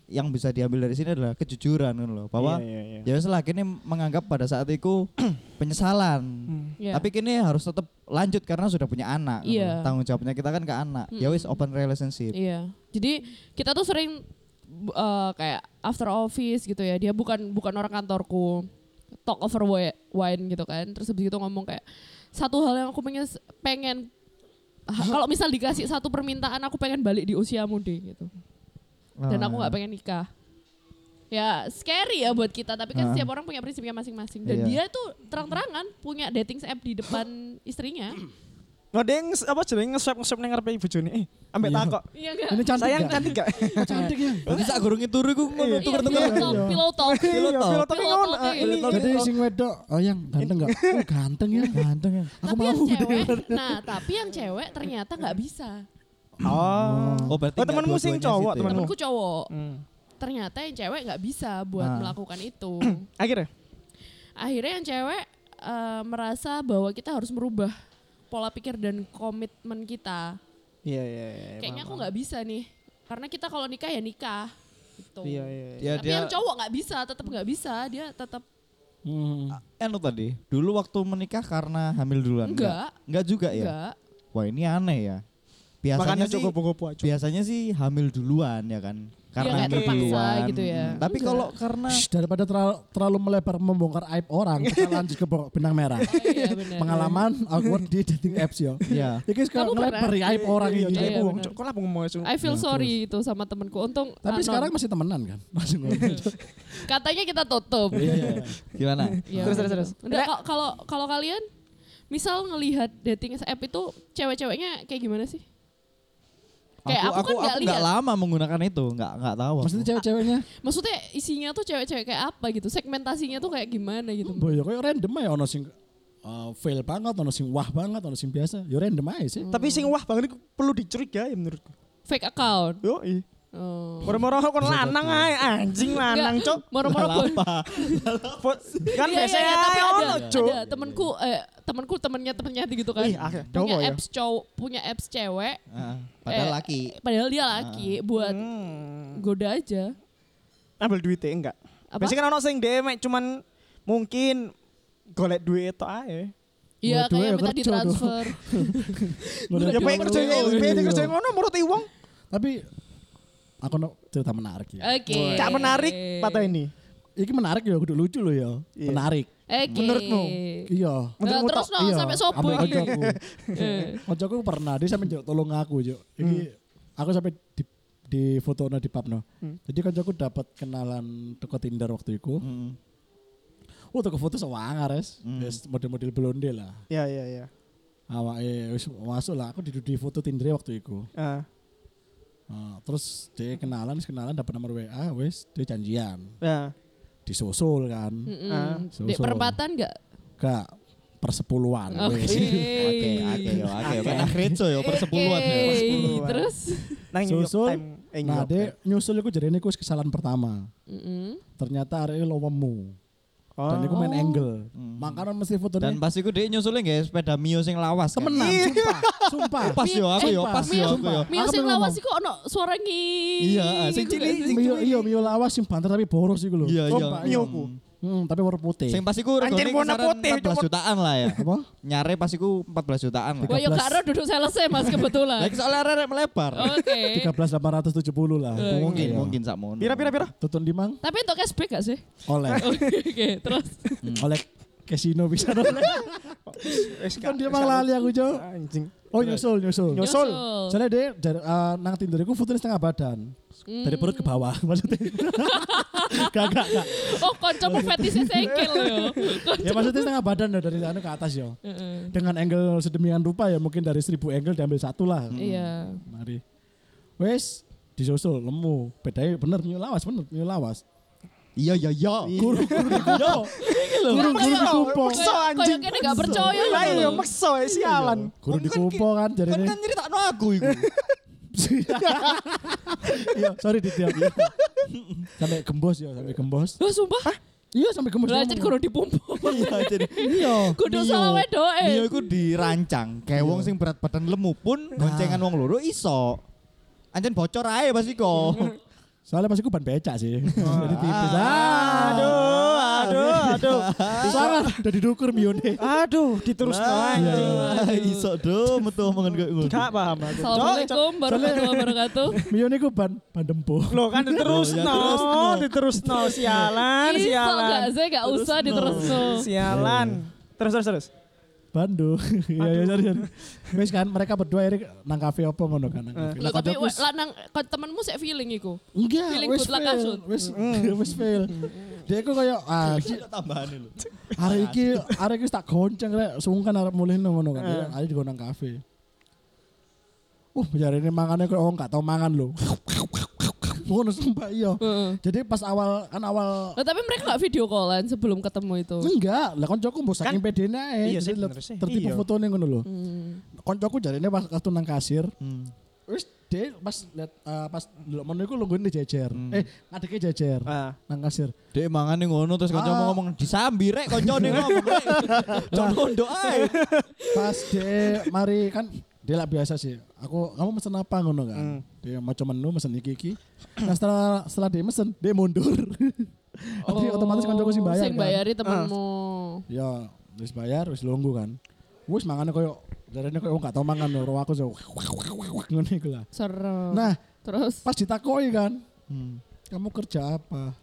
[SPEAKER 3] yang bisa diambil dari sini adalah kejujuran kan loh bahwa
[SPEAKER 2] Iya, iya, iya.
[SPEAKER 3] ya wes lah kini menganggap pada saat itu (clears throat) penyesalan
[SPEAKER 1] Iya.
[SPEAKER 3] tapi kini harus tetap lanjut karena sudah punya anak kan
[SPEAKER 1] Iya. Hmm.
[SPEAKER 3] loh. tanggung jawabnya kita kan ke anak ya wes open relationship
[SPEAKER 1] Iya. Jadi kita tuh sering bu- eh, kayak after office gitu ya. Dia bukan bukan orang kantorku. Talk over wi- wine gitu kan. Terus habis itu ngomong kayak satu hal yang aku pengen pengen ha- kalau misal dikasih satu permintaan aku pengen balik di usiamu deh gitu. Dan aku
[SPEAKER 3] Ah.
[SPEAKER 1] nggak pengen nikah. Ya scary ya buat kita, tapi kan
[SPEAKER 3] Ah.
[SPEAKER 1] setiap orang punya prinsipnya masing-masing. Dan
[SPEAKER 3] Iya.
[SPEAKER 1] dia tuh terang-terangan punya dating app di depan istrinya.
[SPEAKER 2] Nah, dia nge- apa jenenge nge-swap nge-swap ning ngarepe bojone. Eh, ambek
[SPEAKER 4] Iya.
[SPEAKER 2] takok.
[SPEAKER 1] Iya enggak?
[SPEAKER 4] Ini cantik
[SPEAKER 2] Sayang
[SPEAKER 4] gak?
[SPEAKER 2] cantik gak?
[SPEAKER 4] cantik ya.
[SPEAKER 3] Jadi Ah. sak gurunge turu iku ngono
[SPEAKER 1] Iya, pillow talk,
[SPEAKER 4] Iya.
[SPEAKER 1] pillow talk.
[SPEAKER 2] Iya,
[SPEAKER 3] talk.
[SPEAKER 2] Pilot tapi
[SPEAKER 1] Pilot
[SPEAKER 2] ngono.
[SPEAKER 1] talk,
[SPEAKER 2] Ah,
[SPEAKER 1] iya.
[SPEAKER 2] Ini
[SPEAKER 4] Jadi sing wedok, oh yang ganteng
[SPEAKER 1] (laughs)
[SPEAKER 4] enggak? Oh, ganteng ya. Ganteng ya. Aku
[SPEAKER 1] tapi
[SPEAKER 4] mau.
[SPEAKER 1] yang cewek,
[SPEAKER 4] deh.
[SPEAKER 1] nah tapi yang cewek ternyata nggak bisa.
[SPEAKER 2] Oh.
[SPEAKER 3] Oh, berarti
[SPEAKER 2] Oh, temanmu
[SPEAKER 3] nggak
[SPEAKER 2] sing
[SPEAKER 3] dua-duanya
[SPEAKER 2] cowok,
[SPEAKER 3] situ ya?
[SPEAKER 2] temanmu.
[SPEAKER 1] Temanku cowok,
[SPEAKER 2] Hmm.
[SPEAKER 1] ternyata yang cewek nggak bisa buat
[SPEAKER 3] Ah.
[SPEAKER 1] melakukan itu. (clears throat)
[SPEAKER 2] Akhirnya
[SPEAKER 1] Akhirnya yang cewek eh, merasa bahwa kita harus merubah pola pikir dan komitmen kita.
[SPEAKER 2] Iya, iya, iya.
[SPEAKER 1] Kayaknya aku
[SPEAKER 2] paham,
[SPEAKER 1] nggak bisa nih, karena kita kalau nikah ya nikah. Gitu.
[SPEAKER 2] paham. Iya, iya. iya.
[SPEAKER 3] Ya,
[SPEAKER 1] Tapi yang cowok nggak bisa, tetap nggak bisa, dia tetap
[SPEAKER 4] Hmm.
[SPEAKER 3] anu tadi, dulu waktu menikah karena hamil duluan.
[SPEAKER 1] Enggak.
[SPEAKER 3] Enggak juga ya?
[SPEAKER 1] nggak.
[SPEAKER 3] Wah, ini aneh ya. Biasanya
[SPEAKER 2] Makanya
[SPEAKER 3] sih,
[SPEAKER 2] cukup gopo aja.
[SPEAKER 3] biasanya sih hamil duluan ya kan. Karena
[SPEAKER 1] Iya, kayak
[SPEAKER 3] hamil
[SPEAKER 1] terpaksa
[SPEAKER 3] duluan.
[SPEAKER 1] gitu ya.
[SPEAKER 3] Hmm, Tapi
[SPEAKER 1] Enggak.
[SPEAKER 3] kalau karena
[SPEAKER 4] (laughs) Shh, daripada terlalu, terlalu melebar membongkar aib orang, kita
[SPEAKER 1] (laughs)
[SPEAKER 4] lanjut ke bo- benang merah.
[SPEAKER 1] Iya,
[SPEAKER 4] (laughs)
[SPEAKER 1] benar.
[SPEAKER 4] Pengalaman awkward di dating apps ya.
[SPEAKER 1] (laughs)
[SPEAKER 3] ya
[SPEAKER 4] Iki sekarang
[SPEAKER 1] Kamu pernah?
[SPEAKER 4] melebar aib orang
[SPEAKER 2] Iya,
[SPEAKER 4] ini.
[SPEAKER 1] Iya,
[SPEAKER 2] cewek wong,
[SPEAKER 1] bener.
[SPEAKER 2] Cuk. Kok lah ngomong aja.
[SPEAKER 1] I feel sorry itu sama temenku. Untung
[SPEAKER 4] Tapi
[SPEAKER 1] anon. Iya.
[SPEAKER 4] sekarang masih temenan kan? (laughs) Masih ngomong.
[SPEAKER 1] katanya kita tutup.
[SPEAKER 3] gimana?
[SPEAKER 1] Iya,
[SPEAKER 2] Terus, terus,
[SPEAKER 1] gitu.
[SPEAKER 2] terus.
[SPEAKER 1] Nggak, kal- kalau kalau kalian misal ngelihat dating app itu cewek-ceweknya kayak gimana sih? Kayak aku,
[SPEAKER 3] aku,
[SPEAKER 1] kan nggak
[SPEAKER 3] aku nggak
[SPEAKER 1] lihat.
[SPEAKER 3] lama menggunakan itu, nggak nggak tahu. aku.
[SPEAKER 4] Maksudnya cewek-ceweknya?
[SPEAKER 1] Maksudnya isinya tuh cewek-cewek kayak apa gitu? Segmentasinya tuh kayak gimana gitu?
[SPEAKER 4] Boy, ya kayak random aja ono sing uh, fail banget, ono sing wah banget, ono sing biasa. Ya random aja sih.
[SPEAKER 2] Tapi sing wah banget iku perlu dicurigai menurutku.
[SPEAKER 1] Fake account.
[SPEAKER 2] Yo, iya.
[SPEAKER 1] Oh.
[SPEAKER 2] Moro-moro kon lanang ae, anjing lanang,
[SPEAKER 1] Nggak,
[SPEAKER 2] Cuk.
[SPEAKER 1] Moro-moro bon-
[SPEAKER 2] Fo- Kan
[SPEAKER 1] Iya,
[SPEAKER 2] biasa
[SPEAKER 1] iya, iya, tapi
[SPEAKER 2] ae
[SPEAKER 1] ada,
[SPEAKER 2] ono, Cuk.
[SPEAKER 1] ada temenku eh temenku temennya temennya gitu kan.
[SPEAKER 2] Wih, akhirnya
[SPEAKER 1] punya
[SPEAKER 2] dobo ya.
[SPEAKER 1] apps cowok, punya apps cewek.
[SPEAKER 3] Ah, padahal
[SPEAKER 1] eh,
[SPEAKER 3] laki.
[SPEAKER 1] Padahal dia laki buat
[SPEAKER 2] Ah. Hmm.
[SPEAKER 1] goda aja.
[SPEAKER 2] Ambil duitnya enggak?
[SPEAKER 1] Apa?
[SPEAKER 2] Biasanya kan ono sing dhewe mek cuman mungkin golek duit itu ae.
[SPEAKER 1] Iya,
[SPEAKER 4] Waduh, ya
[SPEAKER 1] kayak minta
[SPEAKER 4] kerja
[SPEAKER 2] (laughs)
[SPEAKER 1] ditransfer.
[SPEAKER 2] Ya
[SPEAKER 1] Iya,
[SPEAKER 2] pengen kerja,
[SPEAKER 1] iya,
[SPEAKER 2] pengen kerja ngono menurut i wong.
[SPEAKER 4] Tapi aku ono cerita menarik ya.
[SPEAKER 1] Oke.
[SPEAKER 2] Cak menarik patah ini.
[SPEAKER 4] Iki menarik ya, kudu lucu loh ya.
[SPEAKER 2] Iya.
[SPEAKER 4] Menarik.
[SPEAKER 1] Oke.
[SPEAKER 2] Menurutmu?
[SPEAKER 4] Iya.
[SPEAKER 1] Nah,
[SPEAKER 2] Menurutmu
[SPEAKER 1] terus
[SPEAKER 2] tok?
[SPEAKER 1] no,
[SPEAKER 4] Iya,
[SPEAKER 1] sampai sopo
[SPEAKER 4] ambek
[SPEAKER 1] iki?
[SPEAKER 4] koncoku.
[SPEAKER 2] Gitu.
[SPEAKER 1] Eh,
[SPEAKER 4] Koncoku pernah dia sampe njaluk tolong aku, Juk. Iki
[SPEAKER 1] Hmm.
[SPEAKER 4] aku sampai di di foto di papno. Jadi koncoku dapat kenalan teko Tinder waktu itu.
[SPEAKER 1] eh.
[SPEAKER 3] Mm.
[SPEAKER 4] Oh, teko foto sewangar, res.
[SPEAKER 1] Hmm.
[SPEAKER 4] Wis model-model blonde lah.
[SPEAKER 2] Ya ya ya.
[SPEAKER 4] Awake wis masuk lah aku di, di foto Tinder waktu itu.
[SPEAKER 2] Ah,
[SPEAKER 4] Nah, terus dia kenalan, terus kenalan dapat nomor WA, wis dia janjian.
[SPEAKER 2] ya.
[SPEAKER 4] Disusul kan.
[SPEAKER 1] mm-mm.
[SPEAKER 2] Ah.
[SPEAKER 1] Dek perempatan enggak?
[SPEAKER 4] Gak persepuluhan
[SPEAKER 2] Oh, iya.
[SPEAKER 4] wis.
[SPEAKER 3] Oke, oke, yo, oke.
[SPEAKER 2] Oke.
[SPEAKER 3] Pernah ya, gerejo yo persepuluhan yo.
[SPEAKER 1] Oke,
[SPEAKER 2] Persepuluhan.
[SPEAKER 1] Eh, Terus?
[SPEAKER 2] Nang New York
[SPEAKER 4] Susul.
[SPEAKER 2] Time. Eh, New
[SPEAKER 4] Nah,
[SPEAKER 2] York Time.
[SPEAKER 4] dia nyusul iku jarene iku wis kesalahan pertama.
[SPEAKER 1] Mm-mm.
[SPEAKER 4] Ternyata arek lowemu.
[SPEAKER 2] Oh.
[SPEAKER 4] Dan iku main
[SPEAKER 1] Oh.
[SPEAKER 4] angle. Makanya mesti
[SPEAKER 3] Hmm. Dan
[SPEAKER 4] fotonya
[SPEAKER 3] pas iku dhek nyusulnya nggih ya, sepeda Mio sing lawas. kan?
[SPEAKER 4] temenan, sumpah. Sumpah.
[SPEAKER 3] Pas yo aku yo,
[SPEAKER 4] Sumpah.
[SPEAKER 3] pas yo aku yo.
[SPEAKER 1] Mio
[SPEAKER 4] Aku
[SPEAKER 1] sing
[SPEAKER 4] pengen
[SPEAKER 1] lawas iku ono suara ngi.
[SPEAKER 3] Iya, sing
[SPEAKER 1] Iku
[SPEAKER 3] cilik,
[SPEAKER 1] gak sih?
[SPEAKER 3] sing-
[SPEAKER 4] Mio, iya, Mio lawas sing banter tapi boros iku lho.
[SPEAKER 3] Iya, iya.
[SPEAKER 2] Sumpah, iya, aku.
[SPEAKER 4] Hmm, tapi warna putih.
[SPEAKER 3] Sing pas iku
[SPEAKER 2] Anjing
[SPEAKER 3] regane
[SPEAKER 2] warna
[SPEAKER 3] kisaran
[SPEAKER 2] putih,
[SPEAKER 3] 14 jutaan lah ya.
[SPEAKER 4] apa?
[SPEAKER 3] Nyare pas iku 14 jutaan lah.
[SPEAKER 1] Wah, yo gak ero duduk selesai Mas kebetulan.
[SPEAKER 3] Lagi soalnya arek melebar.
[SPEAKER 1] Oke.
[SPEAKER 4] 13870 lah.
[SPEAKER 2] Oh,
[SPEAKER 3] mungkin
[SPEAKER 4] Iya.
[SPEAKER 3] mungkin sak mono.
[SPEAKER 2] Pira pira pira.
[SPEAKER 4] Tutun dimang
[SPEAKER 1] Tapi untuk cashback gak sih? (laughs)
[SPEAKER 4] oleh
[SPEAKER 1] Oke, terus.
[SPEAKER 3] Hmm.
[SPEAKER 4] oleh kasino bisa
[SPEAKER 3] (laughs)
[SPEAKER 4] oleh.
[SPEAKER 2] Wis
[SPEAKER 4] Kan
[SPEAKER 2] gak-
[SPEAKER 4] dia
[SPEAKER 2] wis
[SPEAKER 4] malah
[SPEAKER 2] gak-
[SPEAKER 4] lali aku, Cuk.
[SPEAKER 2] Anjing.
[SPEAKER 4] Oh, nyusul, nyusul.
[SPEAKER 1] Nyusul.
[SPEAKER 4] Soalnya dia jar- eh, nang Tinder iku fotonya setengah badan. Dari perut ke bawah (laughs) maksudnya. gak, gak, gak.
[SPEAKER 1] Oh, kancamu fetisnya sengkil yo.
[SPEAKER 3] (laughs)
[SPEAKER 4] Ya maksudnya setengah badan loh, dari sana ke atas ya.
[SPEAKER 1] Heeh.
[SPEAKER 4] Dengan angle
[SPEAKER 1] Hmm.
[SPEAKER 3] Hmm.
[SPEAKER 4] sedemikian rupa ya mungkin dari seribu angle diambil satu lah.
[SPEAKER 1] Iya.
[SPEAKER 4] Mari. Wes, disusul lemu. Bedanya bener nyu lawas bener nyu lawas.
[SPEAKER 3] Iya iya iya.
[SPEAKER 4] Guru guru yo. Guru guru dikupo.
[SPEAKER 2] Maksa anjing.
[SPEAKER 1] Kayak- kayak gak percaya
[SPEAKER 2] Lah
[SPEAKER 1] gitu
[SPEAKER 2] iya
[SPEAKER 1] loh.
[SPEAKER 2] maksa ya sialan.
[SPEAKER 3] Kan-
[SPEAKER 4] Iya, Guru
[SPEAKER 3] kan-
[SPEAKER 4] dikupo kan jadi (laughs)
[SPEAKER 3] Kan kan nyeritakno aku iku.
[SPEAKER 4] Iya, sorry ditiap. sampai gembos ya, sampai gembos.
[SPEAKER 1] Wah sumpah,
[SPEAKER 4] Iya, sampai gembos.
[SPEAKER 1] belajar kudu dipumpu. (laughs)
[SPEAKER 3] Iya jadi
[SPEAKER 4] Iya.
[SPEAKER 1] Kudu
[SPEAKER 3] Mio.
[SPEAKER 1] salah wedoke.
[SPEAKER 3] Mio iku dirancang, kayak wong sing berat badan lemu
[SPEAKER 1] Nah.
[SPEAKER 3] pun boncengan wong loro iso. Anjen bocor ae pasti
[SPEAKER 1] (laughs)
[SPEAKER 3] kok.
[SPEAKER 4] Soalnya pas aku ban becak sih. Jadi tipis.
[SPEAKER 2] Aduh, aduh, aduh.
[SPEAKER 4] Sarah udah didukur Mione.
[SPEAKER 2] Aduh, diterus
[SPEAKER 3] Nah, iya,
[SPEAKER 2] anjing.
[SPEAKER 3] Iso do metu omongan koyo ngono.
[SPEAKER 2] Gak paham aku. Cok,
[SPEAKER 1] Assalamualaikum warahmatullahi wabarakatuh.
[SPEAKER 4] Mione ku ban ban dempo.
[SPEAKER 2] cok. Loh kan diterus
[SPEAKER 4] ya,
[SPEAKER 2] no, diterus no
[SPEAKER 3] Kan,
[SPEAKER 2] sialan,
[SPEAKER 1] Iso gak
[SPEAKER 2] sialan.
[SPEAKER 1] sih gak usah diterusno.
[SPEAKER 2] Sialan. Terus terus terus.
[SPEAKER 4] Bandung. Iya, iya, sorry, sorry. Wis kan mereka berdua ini nang kafe apa ngono kan nang
[SPEAKER 1] Loh,
[SPEAKER 4] kafe. Lah,
[SPEAKER 1] tapi
[SPEAKER 4] kancaku
[SPEAKER 1] we- lanang kon- temenmu sih feeling iku.
[SPEAKER 4] Enggak,
[SPEAKER 1] Feeling
[SPEAKER 4] wis
[SPEAKER 1] good luck
[SPEAKER 4] fail,
[SPEAKER 1] kasut.
[SPEAKER 4] wis (laughs) wis fail. Dia kok kayak ah
[SPEAKER 3] Iso tambahane lho.
[SPEAKER 4] hari iki hari iki tak gonceng rek sungkan arep mulihno ngono kan.
[SPEAKER 2] Eh.
[SPEAKER 4] Ayo digo nang kafe. Uh, biar ini makannya kayak orang gak tau makan loh. (laughs) Ngono sumpah iya.
[SPEAKER 1] Heeh.
[SPEAKER 4] Jadi pas awal kan awal
[SPEAKER 1] Loh, tapi mereka gak video callan sebelum ketemu itu.
[SPEAKER 4] enggak, lah koncoku mbok saking
[SPEAKER 2] Kan-
[SPEAKER 4] pedene ae.
[SPEAKER 2] Iya sih,
[SPEAKER 4] Jadi
[SPEAKER 2] bener sih.
[SPEAKER 4] tertipu
[SPEAKER 2] Iya.
[SPEAKER 4] fotone ngono lho.
[SPEAKER 1] Hmm.
[SPEAKER 4] Koncoku jarine pas kartu nang kasir,
[SPEAKER 3] Hmm.
[SPEAKER 4] wis dia pas liat eh, pas delok menu iku lungguhne jejer. Eh, ngadeke jejer
[SPEAKER 2] Ah.
[SPEAKER 4] nang kasir.
[SPEAKER 3] Dek mangane ngono terus kanca
[SPEAKER 4] Ah.
[SPEAKER 3] mau ngomong disambi rek kancane ngomong (laughs) rek. Jon kondo ae.
[SPEAKER 4] Pas dia mari kan dia lah biasa sih. Aku kamu mesen apa ngono kan? Dia macam menu mesen iki iki. Nah setelah setelah dia mesen dia (laughs) mundur. Tapi otomatis koncoku Oh, sing bayar.
[SPEAKER 1] Oh, Sing
[SPEAKER 4] kan.
[SPEAKER 1] bayari temenmu.
[SPEAKER 4] Ya, wis bayar, wis lungguh kan. Wis mangane koyo jarene koyo wong gak tau mangan loro aku (laughs) so ngene iku lah.
[SPEAKER 1] Serem.
[SPEAKER 4] Nah,
[SPEAKER 1] Terus
[SPEAKER 4] pas ditakoi kan,
[SPEAKER 3] Hmm.
[SPEAKER 4] kamu kerja apa?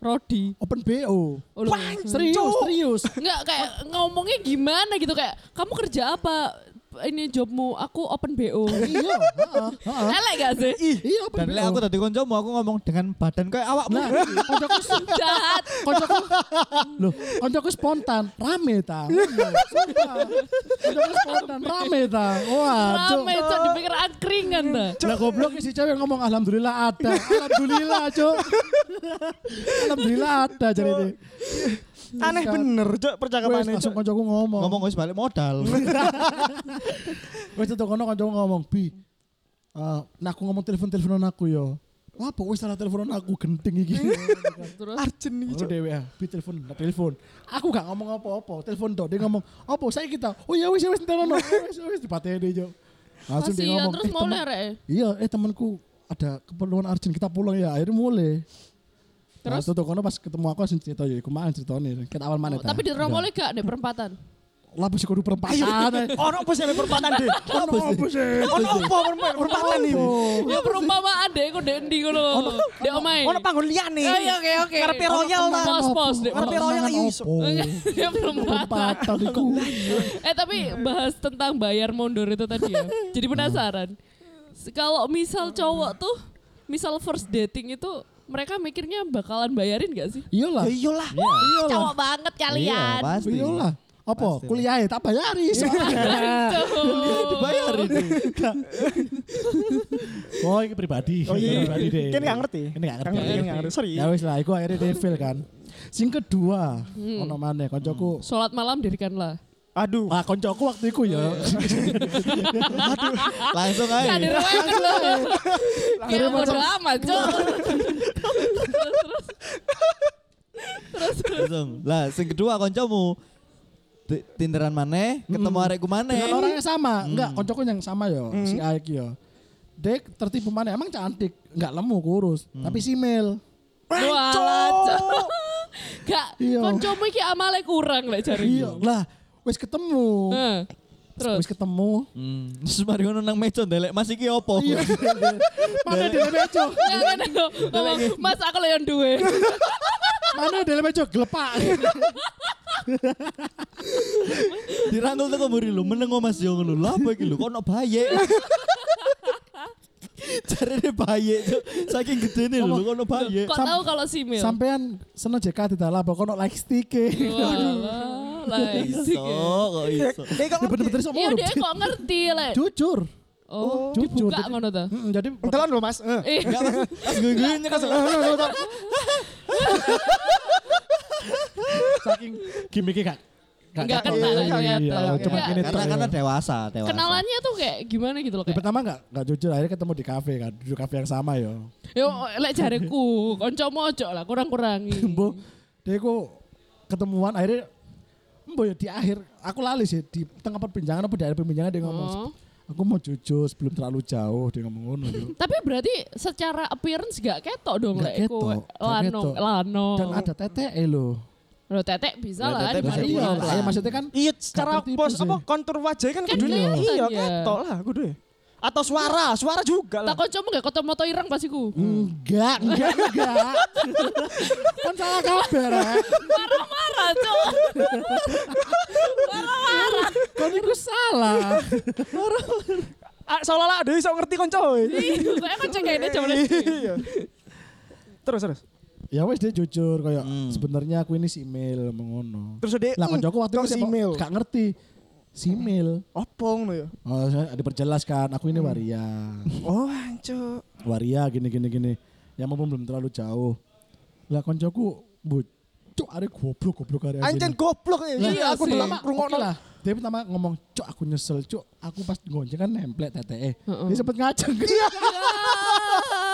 [SPEAKER 1] Rodi.
[SPEAKER 4] Open BO.
[SPEAKER 1] Oh, lho.
[SPEAKER 4] Serius, serius.
[SPEAKER 1] Enggak kayak ngomongnya gimana gitu kayak kamu kerja apa? Ini jobmu, aku open BO.
[SPEAKER 4] (laughs) Iya, heeh, heeh.
[SPEAKER 1] Elek gak sih?
[SPEAKER 4] Iya, open
[SPEAKER 3] Dan
[SPEAKER 4] BO.
[SPEAKER 3] lek aku tadi kancamu aku ngomong dengan badan kayak awakmu.
[SPEAKER 4] Nah, koncoku s-
[SPEAKER 1] Jahat.
[SPEAKER 4] koncoku Loh, koncoku spontan, rame ta. Iya, sumpah. Koncoku spontan, rame ta. Waduh.
[SPEAKER 1] Rame, cok dipikir angkringan dah.
[SPEAKER 4] Lah goblok si cewek ngomong alhamdulillah ada. Alhamdulillah, Cuk. alhamdulillah ada jadi ini.
[SPEAKER 2] Aneh bener,
[SPEAKER 4] Wes
[SPEAKER 2] Cok, percakapannya,
[SPEAKER 4] langsung
[SPEAKER 2] Cok.
[SPEAKER 4] koncoku ngomong.
[SPEAKER 3] Ngomong wis balik modal.
[SPEAKER 4] Wes tetek kono koncoku ngomong, "Bi, eh, nah aku ngomong telepon-teleponan aku yo." Lah pokoknya salah teleponan aku genting iki.
[SPEAKER 1] Iya, Terus
[SPEAKER 2] Arjen iki,
[SPEAKER 4] Aku
[SPEAKER 2] Cok.
[SPEAKER 4] dewe ah, bi telepon, nggak telepon. Aku gak ngomong apa-apa, telepon tok dia ngomong, "Apa saya kita?" Oh ya wis wis tenan. Wis wis dipateni yo. Langsung dia
[SPEAKER 1] kasihan
[SPEAKER 4] ngomong,
[SPEAKER 1] ya, terus
[SPEAKER 4] "Eh,
[SPEAKER 1] mau
[SPEAKER 4] temen-
[SPEAKER 1] lerek.
[SPEAKER 4] Iya, eh temanku ada keperluan urgent kita pulang ya. Akhirnya mulai. Terus
[SPEAKER 1] Terus?
[SPEAKER 4] nah, tuh kono pas ketemu aku langsung cerita ya, kemarin cerita nih. Kita awal mana?
[SPEAKER 1] Oh, tapi di Ah, Romole gak deh perempatan.
[SPEAKER 4] Lah bos kudu (laughs) perempatan.
[SPEAKER 1] nah.
[SPEAKER 4] eh.
[SPEAKER 2] Ono apa sih perempatan,
[SPEAKER 4] (laughs)
[SPEAKER 2] Dek?
[SPEAKER 4] Ono (laughs) apa sih?
[SPEAKER 2] Ono apa perempa- perempatan iki?
[SPEAKER 1] Ya perumpamaan deh, kok deh ndi ngono. Dek omae.
[SPEAKER 2] Ono
[SPEAKER 1] (laughs)
[SPEAKER 2] panggon liyane.
[SPEAKER 1] Iya, oke, oke.
[SPEAKER 2] Ngarepe royal ta.
[SPEAKER 1] Pos, pos, Dek.
[SPEAKER 2] Ngerti royal
[SPEAKER 4] Perempatan
[SPEAKER 2] ayo iso.
[SPEAKER 4] opo?
[SPEAKER 1] Ya perumpamaan.
[SPEAKER 4] Perempatan iku.
[SPEAKER 1] Eh tapi bahas tentang bayar mundur itu tadi ya. Jadi penasaran. S- Kalau misal cowok tuh, misal first dating itu mereka mikirnya bakalan bayarin gak sih?
[SPEAKER 4] Iyalah.
[SPEAKER 2] Ya iyalah.
[SPEAKER 4] Iyalah.
[SPEAKER 1] Cowok banget
[SPEAKER 3] Iya,
[SPEAKER 1] kalian.
[SPEAKER 3] pasti.
[SPEAKER 4] Iyalah. Apa?
[SPEAKER 3] Pasti.
[SPEAKER 4] Kuliah tak bayari. soalnya.
[SPEAKER 3] Dibayar itu.
[SPEAKER 4] (laughs) Oh, ini pribadi.
[SPEAKER 2] Oh iya,
[SPEAKER 4] Pribadi deh.
[SPEAKER 2] kan nggak ngerti.
[SPEAKER 4] Ini nggak ngerti.
[SPEAKER 2] Kan nggak ngerti. Sorry.
[SPEAKER 4] Ya wis lah, iku akhirnya devil kan. Sing kedua, ono maneh koncoku.
[SPEAKER 1] Sholat malam dirikanlah.
[SPEAKER 2] Aduh.
[SPEAKER 4] Ah, koncoku waktu iku ya.
[SPEAKER 3] Langsung aja.
[SPEAKER 1] Gak direwelkan loh. Kayak bodo amat, Cok.
[SPEAKER 3] Langsung. Lah, sing kedua kancamu Ti- tinderan maneh, ketemu arekku maneh.
[SPEAKER 4] Hmm. Dengan orang yang sama, enggak, koncoku yang sama yo, si A iki yo. Dek tertipu mana? Emang cantik, enggak lemu kurus, tapi simil.
[SPEAKER 1] Wah, Cok. (laughs) Gak,
[SPEAKER 4] Iya.
[SPEAKER 1] koncomu iki amale kurang lek jari.
[SPEAKER 4] Iya lah, wis ketemu.
[SPEAKER 1] Heeh. Eh, Terus.
[SPEAKER 4] Wis ketemu.
[SPEAKER 3] Hmm. Terus mari ngono nang meja ndelek Mas iki
[SPEAKER 1] Oh,
[SPEAKER 3] opo?
[SPEAKER 4] Iya. (laughs) Mana dele mejo?
[SPEAKER 1] Gak ngene lho. Ngomong, Mas aku lho yang duwe.
[SPEAKER 4] Mana dele mejo gelepak.
[SPEAKER 3] Dirangkul teko mburi lho, meneng kok Mas yo ngono. Lho apa iki lho, kok ono (laughs) bayek. Jarene bayek, Cuk. saking gedene lho, kok ono bayek.
[SPEAKER 1] Kok
[SPEAKER 4] ya? Sam-
[SPEAKER 1] tahu kalau simil?
[SPEAKER 4] Sampean seneng JK tidak lah, pokoknya like stick.
[SPEAKER 1] Walah, lah,
[SPEAKER 3] Iso,
[SPEAKER 1] isik ya.
[SPEAKER 4] Iya,
[SPEAKER 3] kok iso.
[SPEAKER 2] Dek kok ngerti.
[SPEAKER 4] Ya, Bener-bener semua
[SPEAKER 1] Iya dia kok ngerti lek.
[SPEAKER 4] jujur.
[SPEAKER 1] Oh,
[SPEAKER 4] Jujur,
[SPEAKER 1] dibuka
[SPEAKER 4] jadi-
[SPEAKER 1] ngono tuh.
[SPEAKER 4] Mm-mm, jadi
[SPEAKER 2] Entelan loh mas. Eh.
[SPEAKER 4] Iya,
[SPEAKER 1] Eh,
[SPEAKER 3] Gue-gue kesel.
[SPEAKER 4] saking gimmicknya gak
[SPEAKER 1] Nggak kental,
[SPEAKER 4] iya,
[SPEAKER 1] nggak
[SPEAKER 4] iya,
[SPEAKER 1] kelihatan.
[SPEAKER 4] cuma
[SPEAKER 1] Nggak.
[SPEAKER 4] ini
[SPEAKER 3] Karena
[SPEAKER 4] tuh.
[SPEAKER 3] karena dewasa, dewasa.
[SPEAKER 1] kenalannya tuh kayak gimana gitu loh
[SPEAKER 4] Di
[SPEAKER 1] kayak.
[SPEAKER 4] pertama gak, gak jujur akhirnya ketemu di kafe kan duduk kafe yang sama yo
[SPEAKER 1] Yo, lek jareku, konco mojok lah,
[SPEAKER 4] (laughs)
[SPEAKER 1] kurang-kurangi.
[SPEAKER 4] Mbo, dia ku ketemuan akhirnya Mbo ya di akhir aku lali sih di tengah perbincangan apa di akhir perbincangan dia ngomong
[SPEAKER 1] Oh.
[SPEAKER 4] aku mau jujur sebelum terlalu jauh dia ngomong ngono yo.
[SPEAKER 1] Tapi berarti secara appearance gak ketok dong lek
[SPEAKER 4] Nggak
[SPEAKER 1] kowe.
[SPEAKER 4] ketok, nggak
[SPEAKER 1] Lano,
[SPEAKER 4] ketok.
[SPEAKER 1] lano.
[SPEAKER 4] dan ada TTE loh
[SPEAKER 1] Loh, tetek bisa
[SPEAKER 3] Loh,
[SPEAKER 1] lah
[SPEAKER 3] tetek bisa
[SPEAKER 1] dimana-mana.
[SPEAKER 3] diulang.
[SPEAKER 4] iya maksudnya kan
[SPEAKER 2] Iya secara
[SPEAKER 4] Gak
[SPEAKER 2] pos
[SPEAKER 4] tipis
[SPEAKER 2] apa
[SPEAKER 4] ya.
[SPEAKER 2] kontur wajahnya kan
[SPEAKER 1] Kan
[SPEAKER 2] kudune
[SPEAKER 1] kelihatan
[SPEAKER 2] iya
[SPEAKER 1] ya.
[SPEAKER 2] ketok lah kudune. Atau suara, suara juga
[SPEAKER 1] Tak
[SPEAKER 2] lah.
[SPEAKER 1] konco gak kotor moto ireng
[SPEAKER 4] (laughs)
[SPEAKER 1] pasiku.
[SPEAKER 4] enggak enggak enggak kan salah kabar eh. Rek.
[SPEAKER 1] Marah-marah, Cok.
[SPEAKER 4] kan itu salah
[SPEAKER 2] Ah, Seolah-olah ada bisa ngerti konco.
[SPEAKER 1] Ih, Saya kan cengkainnya jam
[SPEAKER 2] Iya. Terus terus.
[SPEAKER 4] ya wes dia jujur kayak
[SPEAKER 3] Hmm.
[SPEAKER 4] sebenarnya aku ini si email mengono
[SPEAKER 2] Terus dia
[SPEAKER 4] lah kan Joko waktu
[SPEAKER 2] Eh, kok
[SPEAKER 4] itu
[SPEAKER 2] simil.
[SPEAKER 4] gak ngerti si email
[SPEAKER 2] Opo ngono ya?
[SPEAKER 4] oh, saya diperjelaskan aku ini waria
[SPEAKER 2] Oh, anco.
[SPEAKER 4] waria gini gini gini yang maupun belum terlalu jauh lah koncoku bu cuk ada goblok goblok hari
[SPEAKER 2] Anjen goblok ya.
[SPEAKER 4] Iya, Lah,
[SPEAKER 2] Iya, aku
[SPEAKER 1] sih.
[SPEAKER 2] pertama
[SPEAKER 4] oke
[SPEAKER 2] krungokno
[SPEAKER 4] lah dia pertama ngomong cuk aku nyesel cuk aku pas gonjek kan nemplek
[SPEAKER 1] Heeh.
[SPEAKER 4] TTE
[SPEAKER 1] Iya.
[SPEAKER 4] dia sempet ngaceng Iya.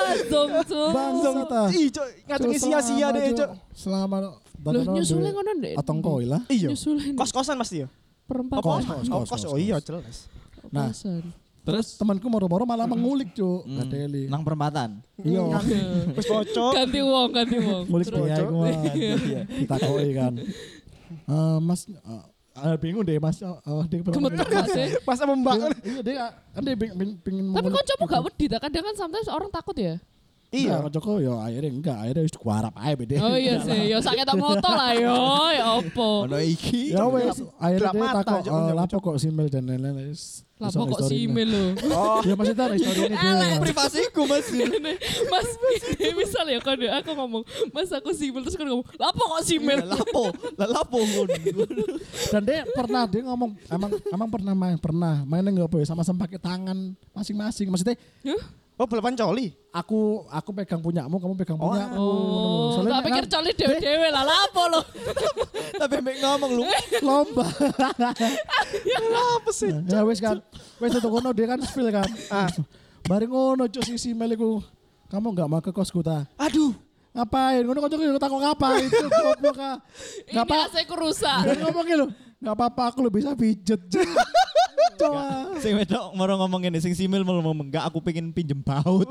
[SPEAKER 1] Zong, zong.
[SPEAKER 4] Bang, Zong.
[SPEAKER 2] Ih, Iya, cok, ngacengi sia-sia deh, cok.
[SPEAKER 4] selama
[SPEAKER 1] Loh, nyusulnya ngono deh.
[SPEAKER 4] atau koi lah
[SPEAKER 2] Iya.
[SPEAKER 1] Nyusulin
[SPEAKER 2] Kos-kosan pasti ya.
[SPEAKER 1] perempat.
[SPEAKER 2] Apa?
[SPEAKER 4] Kos, kos,
[SPEAKER 2] Oh,
[SPEAKER 4] kos,
[SPEAKER 2] kos.
[SPEAKER 4] kos,
[SPEAKER 2] Oh, iya jelas.
[SPEAKER 4] Nah. terus temanku moro-moro malah mengulik cuk
[SPEAKER 3] Hmm.
[SPEAKER 4] ngadeli
[SPEAKER 3] Nang perempatan.
[SPEAKER 4] iya
[SPEAKER 2] Hmm, Wis bocok.
[SPEAKER 1] ganti wong, ganti wong.
[SPEAKER 4] ngulik
[SPEAKER 1] Terus-
[SPEAKER 4] biaya gue kita koi kan Eh, mas eh, ah, bingung deh mas eh, dia pernah-
[SPEAKER 1] Gemeter gak sih?
[SPEAKER 2] Pas apa Mbak?
[SPEAKER 4] Iya, Iya dia gak- kan dia ping- ping- pingin
[SPEAKER 1] Tapi
[SPEAKER 4] mengulik
[SPEAKER 1] koncomu gak
[SPEAKER 4] gitu.
[SPEAKER 1] wedi, tak? kadang kan sometimes orang takut
[SPEAKER 4] (laughs)
[SPEAKER 1] ya.
[SPEAKER 4] Nah,
[SPEAKER 2] Iya.
[SPEAKER 4] Joko ya akhirnya enggak, akhirnya wis kuarap ae bede.
[SPEAKER 1] Oh iya
[SPEAKER 4] (laughs)
[SPEAKER 1] sih, ya sakit tak moto lah yo, ya opo.
[SPEAKER 3] Ono iki.
[SPEAKER 4] Ya wes akhirnya dia
[SPEAKER 2] Drama
[SPEAKER 4] takok
[SPEAKER 2] aja,
[SPEAKER 4] eh,
[SPEAKER 2] Joko.
[SPEAKER 4] lapo kok simil dan lain-lain. wis.
[SPEAKER 1] Lah
[SPEAKER 4] Besok
[SPEAKER 1] pokok
[SPEAKER 4] historinya.
[SPEAKER 1] si email lo.
[SPEAKER 2] Oh,
[SPEAKER 4] Ya maksudnya ada story ini dia.
[SPEAKER 3] Privasiku
[SPEAKER 4] (laughs)
[SPEAKER 3] Mas.
[SPEAKER 1] Mas, ini misal ya kan aku ngomong, Mas aku si email terus kan ngomong, lah pokok si email.
[SPEAKER 4] Iya,
[SPEAKER 3] Lah lapo, lah lapo ngono.
[SPEAKER 4] Dan dia pernah dia ngomong emang emang pernah main pernah mainnya enggak boleh sama-sama pakai tangan masing-masing. Maksudnya
[SPEAKER 2] oh balapan coli.
[SPEAKER 4] aku aku pegang punyamu, kamu pegang
[SPEAKER 3] Oh,
[SPEAKER 4] punyaku.
[SPEAKER 1] Oh, tak
[SPEAKER 4] Soalnya kan
[SPEAKER 1] pikir coli dewe-dewe lah, lah apa lo?
[SPEAKER 3] Tapi mek ngomong lu.
[SPEAKER 1] (laughs)
[SPEAKER 4] lomba.
[SPEAKER 2] Apa sih?
[SPEAKER 4] ya wes kan wes itu kono dia kan spill kan ah. bareng ngono cuk si simel iku kamu nggak mau ke kosku ta
[SPEAKER 2] Aduh.
[SPEAKER 4] ngapain ngono kocok iku takut ngapain itu goblok ah
[SPEAKER 1] Ini
[SPEAKER 4] nggak apa
[SPEAKER 1] AC ku rusak.
[SPEAKER 4] dia ngomong gitu nggak apa-apa aku lo bisa pijet Cuk. Cuk.
[SPEAKER 3] Sing wedok moro ngomong ngene, sing simil moro ngomong enggak aku pengen pinjem baut.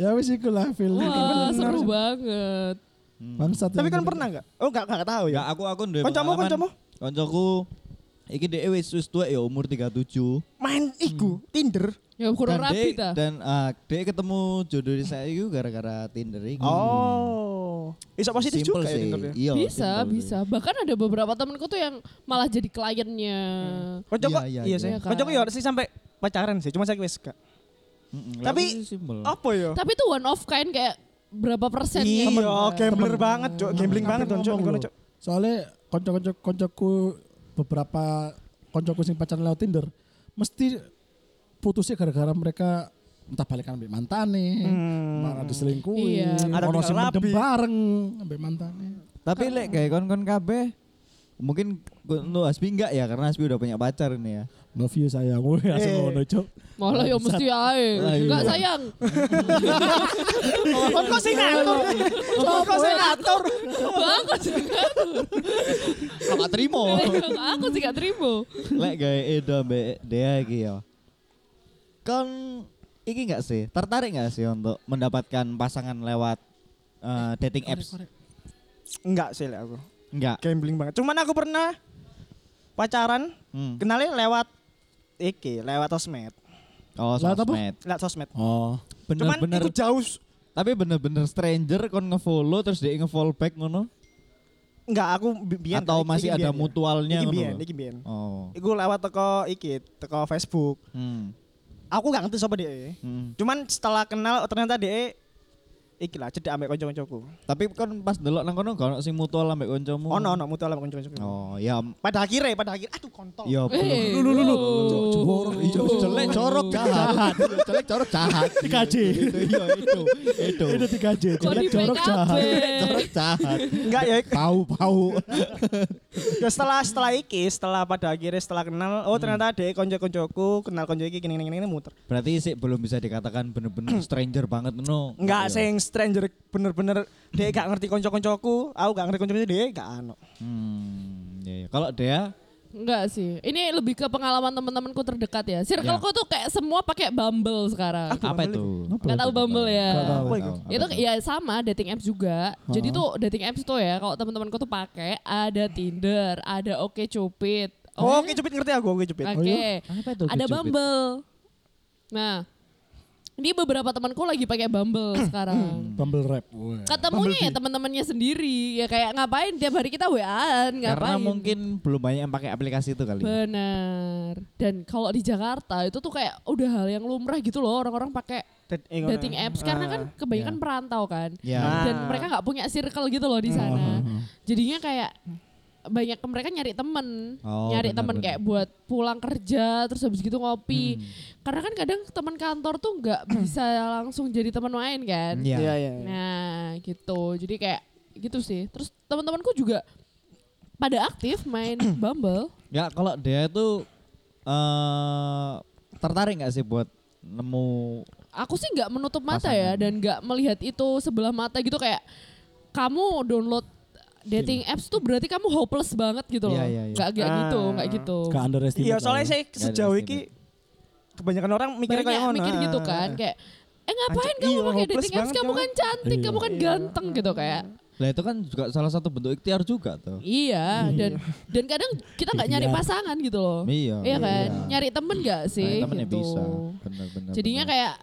[SPEAKER 4] ya wes iku lah film
[SPEAKER 1] Wah, seru banget.
[SPEAKER 4] bangsat
[SPEAKER 2] Tapi
[SPEAKER 4] ya.
[SPEAKER 2] kan pernah enggak? Oh, enggak enggak tahu
[SPEAKER 3] Hmm.
[SPEAKER 2] ya.
[SPEAKER 3] Ya aku aku duwe
[SPEAKER 2] Kancamu,
[SPEAKER 3] pengalaman.
[SPEAKER 2] kancamu.
[SPEAKER 3] Kancaku iki dhewe wis wis tuwek ya umur 37.
[SPEAKER 2] Main iku Tinder.
[SPEAKER 1] Ya kurang
[SPEAKER 3] Dan
[SPEAKER 1] rapi
[SPEAKER 3] dek-
[SPEAKER 1] ta.
[SPEAKER 3] Dan ah, dek ketemu jodoh saya itu gara-gara Tinder
[SPEAKER 2] Hmm.
[SPEAKER 3] itu.
[SPEAKER 2] Oh. Iso positif
[SPEAKER 3] Simple
[SPEAKER 2] juga ya
[SPEAKER 3] sih.
[SPEAKER 2] Tinder ya.
[SPEAKER 3] Iya,
[SPEAKER 1] Bisa,
[SPEAKER 3] simple
[SPEAKER 1] bisa.
[SPEAKER 3] sih.
[SPEAKER 1] Bahkan ada beberapa temenku tuh yang malah jadi kliennya.
[SPEAKER 2] Kocok kok
[SPEAKER 3] Iya, iya,
[SPEAKER 2] iya sih.
[SPEAKER 1] iya.
[SPEAKER 2] Kocok kok ya sih sampai pacaran sih, cuma saya wis gak.
[SPEAKER 3] Mm-mm,
[SPEAKER 2] Tapi-
[SPEAKER 3] lagu sih simple.
[SPEAKER 2] Apa ya?
[SPEAKER 1] Tapi itu one of kind kayak berapa persen ya?
[SPEAKER 2] Iya, gambler
[SPEAKER 4] temen-
[SPEAKER 2] banget, Cok. Gambling banget, Cok.
[SPEAKER 4] ngomong
[SPEAKER 2] Ngono,
[SPEAKER 4] loh.
[SPEAKER 2] Cok.
[SPEAKER 4] soalnya konco-konco koncoku beberapa koncoku sing pacaran lewat Tinder mesti putusnya gara-gara mereka entah balikan ambek mantane, malah diselingkuhi,
[SPEAKER 1] Iya.
[SPEAKER 2] Hmm. Ada
[SPEAKER 4] ono
[SPEAKER 2] tinggal
[SPEAKER 4] sing mendem
[SPEAKER 2] rabi.
[SPEAKER 4] bareng ambek mantane.
[SPEAKER 3] Tapi lek kayak kon-kon kabeh mungkin lu Asbi enggak ya karena Asbi udah punya pacar ini ya.
[SPEAKER 4] Love you sayang, weh langsung
[SPEAKER 2] Eh.
[SPEAKER 4] ngono cuk.
[SPEAKER 1] Malah ya mesti ae.
[SPEAKER 3] Lah, iya.
[SPEAKER 1] Enggak sayang.
[SPEAKER 2] Kon kok sing ngatur? Kon kok sing ngatur?
[SPEAKER 1] Bang, aku juga.
[SPEAKER 3] Enggak terima.
[SPEAKER 1] (laughs) Aku sih gak terima.
[SPEAKER 3] lek gawe Edo mbek Dea iki ya. Kon iki enggak sih? Tertarik enggak sih untuk mendapatkan pasangan lewat eh, dating apps?
[SPEAKER 2] Enggak sih lek aku.
[SPEAKER 3] Enggak.
[SPEAKER 2] Gambling banget. Cuman aku pernah pacaran,
[SPEAKER 3] Hmm.
[SPEAKER 2] kenalnya lewat iki, lewat sosmed.
[SPEAKER 3] Oh,
[SPEAKER 4] Lewat apa?
[SPEAKER 3] sosmed.
[SPEAKER 2] Lewat sosmed.
[SPEAKER 4] Oh.
[SPEAKER 2] Cuman
[SPEAKER 3] Bener-bener
[SPEAKER 2] itu jauh s-
[SPEAKER 3] Tapi bener-bener stranger kon ngefollow terus dia ngefollow back ngono
[SPEAKER 2] enggak aku bi- biyen
[SPEAKER 3] atau
[SPEAKER 2] iki-
[SPEAKER 3] masih
[SPEAKER 2] iki
[SPEAKER 3] ada
[SPEAKER 2] biyen ya.
[SPEAKER 3] mutualnya
[SPEAKER 2] Iki
[SPEAKER 3] ngono.
[SPEAKER 2] biyen,
[SPEAKER 3] lho?
[SPEAKER 2] iki biyen.
[SPEAKER 3] Oh.
[SPEAKER 2] Iku lewat teko iki, teko Facebook.
[SPEAKER 3] Hmm.
[SPEAKER 2] Aku gak ngerti sapa e. dia.
[SPEAKER 3] Hmm.
[SPEAKER 2] Cuman setelah kenal oh, ternyata dia iki lah cedek ambek kanca-kancaku.
[SPEAKER 3] Tapi kan pas delok nang kono gak ono sing mutual ambek kancamu.
[SPEAKER 1] Oh.
[SPEAKER 2] Ono ono mutual ambek kanca-kancaku.
[SPEAKER 3] Oh, ya
[SPEAKER 2] Pada akhirnya, pada akhir aduh kontol.
[SPEAKER 3] ya belum.
[SPEAKER 1] Eh,
[SPEAKER 4] Lu lu lu.
[SPEAKER 1] oh.
[SPEAKER 4] Jorok iya, ijo
[SPEAKER 3] Jelek corok jahat. Jelek corok jahat.
[SPEAKER 4] 3J.
[SPEAKER 3] Itu (laughs) iya itu. Itu.
[SPEAKER 4] Itu 3J.
[SPEAKER 1] Kok di
[SPEAKER 4] Jelek jorok
[SPEAKER 1] PKB?
[SPEAKER 4] jahat.
[SPEAKER 3] Corok jahat.
[SPEAKER 2] Enggak ya, iku-
[SPEAKER 4] Pau pau.
[SPEAKER 2] ya setelah setelah iki, setelah pada akhirnya setelah kenal,
[SPEAKER 1] Hmm.
[SPEAKER 2] oh ternyata ada kanca-kancaku, kenal kanca iki gini gini gini muter.
[SPEAKER 3] Berarti sih belum bisa dikatakan (clears throat) bener-bener stranger banget no.
[SPEAKER 2] Enggak
[SPEAKER 3] Iya.
[SPEAKER 2] sing stranger bener-bener dia gak ngerti kanca-kancaku, aku gak ngerti kanca-kancaku dia gak ano.
[SPEAKER 3] Hmm. iya, iya. Kalau Dea
[SPEAKER 1] Enggak sih. Ini lebih ke pengalaman teman-temanku terdekat ya. Circleku tuh kayak semua pakai Bumble sekarang.
[SPEAKER 3] apa itu?
[SPEAKER 1] Gak tahu Bumble ya.
[SPEAKER 4] Nggak tahu.
[SPEAKER 2] Apa iku?
[SPEAKER 3] Ah, Apa
[SPEAKER 1] Itu ya sama dating apps juga. Jadi tuh dating apps tuh ya kalau teman-temanku tuh pakai ada Tinder, ada Oke Cupid.
[SPEAKER 2] Oh, oke cupit ngerti aku, oke cupit.
[SPEAKER 1] Oke.
[SPEAKER 4] Oh iya?
[SPEAKER 3] Apa itu
[SPEAKER 1] Ada
[SPEAKER 3] Oke Cupid?
[SPEAKER 1] Bumble. Nah, ini beberapa temanku lagi pakai
[SPEAKER 3] (clears throat)
[SPEAKER 1] Bumble sekarang.
[SPEAKER 4] Bumble rap.
[SPEAKER 1] Oh.
[SPEAKER 4] Wah.
[SPEAKER 1] Ketemunya ya teman-temannya sendiri. Ya kayak ngapain tiap hari kita WA-an, ngapain.
[SPEAKER 3] Karena mungkin belum banyak yang pakai aplikasi itu kali. ya.
[SPEAKER 1] Benar. Dan kalau di Jakarta itu tuh kayak udah hal yang lumrah gitu loh orang-orang pakai dating apps karena kan
[SPEAKER 3] Ah,
[SPEAKER 1] kebanyakan
[SPEAKER 3] iya.
[SPEAKER 1] perantau kan.
[SPEAKER 3] Ya.
[SPEAKER 2] Ah.
[SPEAKER 1] Dan mereka nggak punya circle gitu loh
[SPEAKER 3] Hmm,
[SPEAKER 1] di sana. Jadinya kayak banyak mereka nyari temen,
[SPEAKER 3] Oh,
[SPEAKER 1] nyari
[SPEAKER 3] benar, Hmm.
[SPEAKER 1] temen
[SPEAKER 3] benar.
[SPEAKER 1] kayak buat pulang kerja terus habis gitu ngopi. Karena kan kadang teman kantor tuh nggak bisa langsung jadi teman main kan.
[SPEAKER 3] Iya.
[SPEAKER 2] Iya, iya. iya.
[SPEAKER 1] Nah, gitu. Jadi kayak gitu sih. Terus teman-temanku juga pada aktif main Bumble.
[SPEAKER 3] Ya kalau dia itu eh tertarik nggak sih buat nemu
[SPEAKER 1] aku sih nggak menutup mata
[SPEAKER 3] Pasangan.
[SPEAKER 1] ya dan nggak melihat itu sebelah mata gitu kayak kamu download dating apps tuh berarti kamu hopeless banget gitu loh.
[SPEAKER 3] Iya,
[SPEAKER 1] Nggak
[SPEAKER 3] iya, iya.
[SPEAKER 1] nggak gitu,
[SPEAKER 2] Ah.
[SPEAKER 1] nggak gitu.
[SPEAKER 4] Gak underestimate.
[SPEAKER 2] Iya,
[SPEAKER 4] lah
[SPEAKER 2] soalnya
[SPEAKER 4] ya.
[SPEAKER 2] saya sejauh iki kebanyakan orang mikir kayak
[SPEAKER 1] Banyak
[SPEAKER 2] ngono. Ah.
[SPEAKER 1] mikir gitu kan kayak eh ngapain
[SPEAKER 2] Anjir,
[SPEAKER 1] kamu
[SPEAKER 2] iya,
[SPEAKER 1] pakai
[SPEAKER 2] hopeless
[SPEAKER 1] dating apps?
[SPEAKER 2] banget
[SPEAKER 1] Kamu
[SPEAKER 2] kan.
[SPEAKER 1] kan cantik,
[SPEAKER 4] Iya.
[SPEAKER 1] kamu kan ganteng gitu kayak.
[SPEAKER 3] lah itu kan juga salah satu bentuk ikhtiar juga tuh
[SPEAKER 1] Iya, dan dan kadang kita nggak nyari
[SPEAKER 4] Iya.
[SPEAKER 1] pasangan gitu loh.
[SPEAKER 3] Iya,
[SPEAKER 1] Iya kan?
[SPEAKER 3] iya.
[SPEAKER 1] Nyari temen nggak sih?
[SPEAKER 3] nah, temennya
[SPEAKER 1] gitu.
[SPEAKER 3] bisa benar-benar
[SPEAKER 1] Jadinya kayak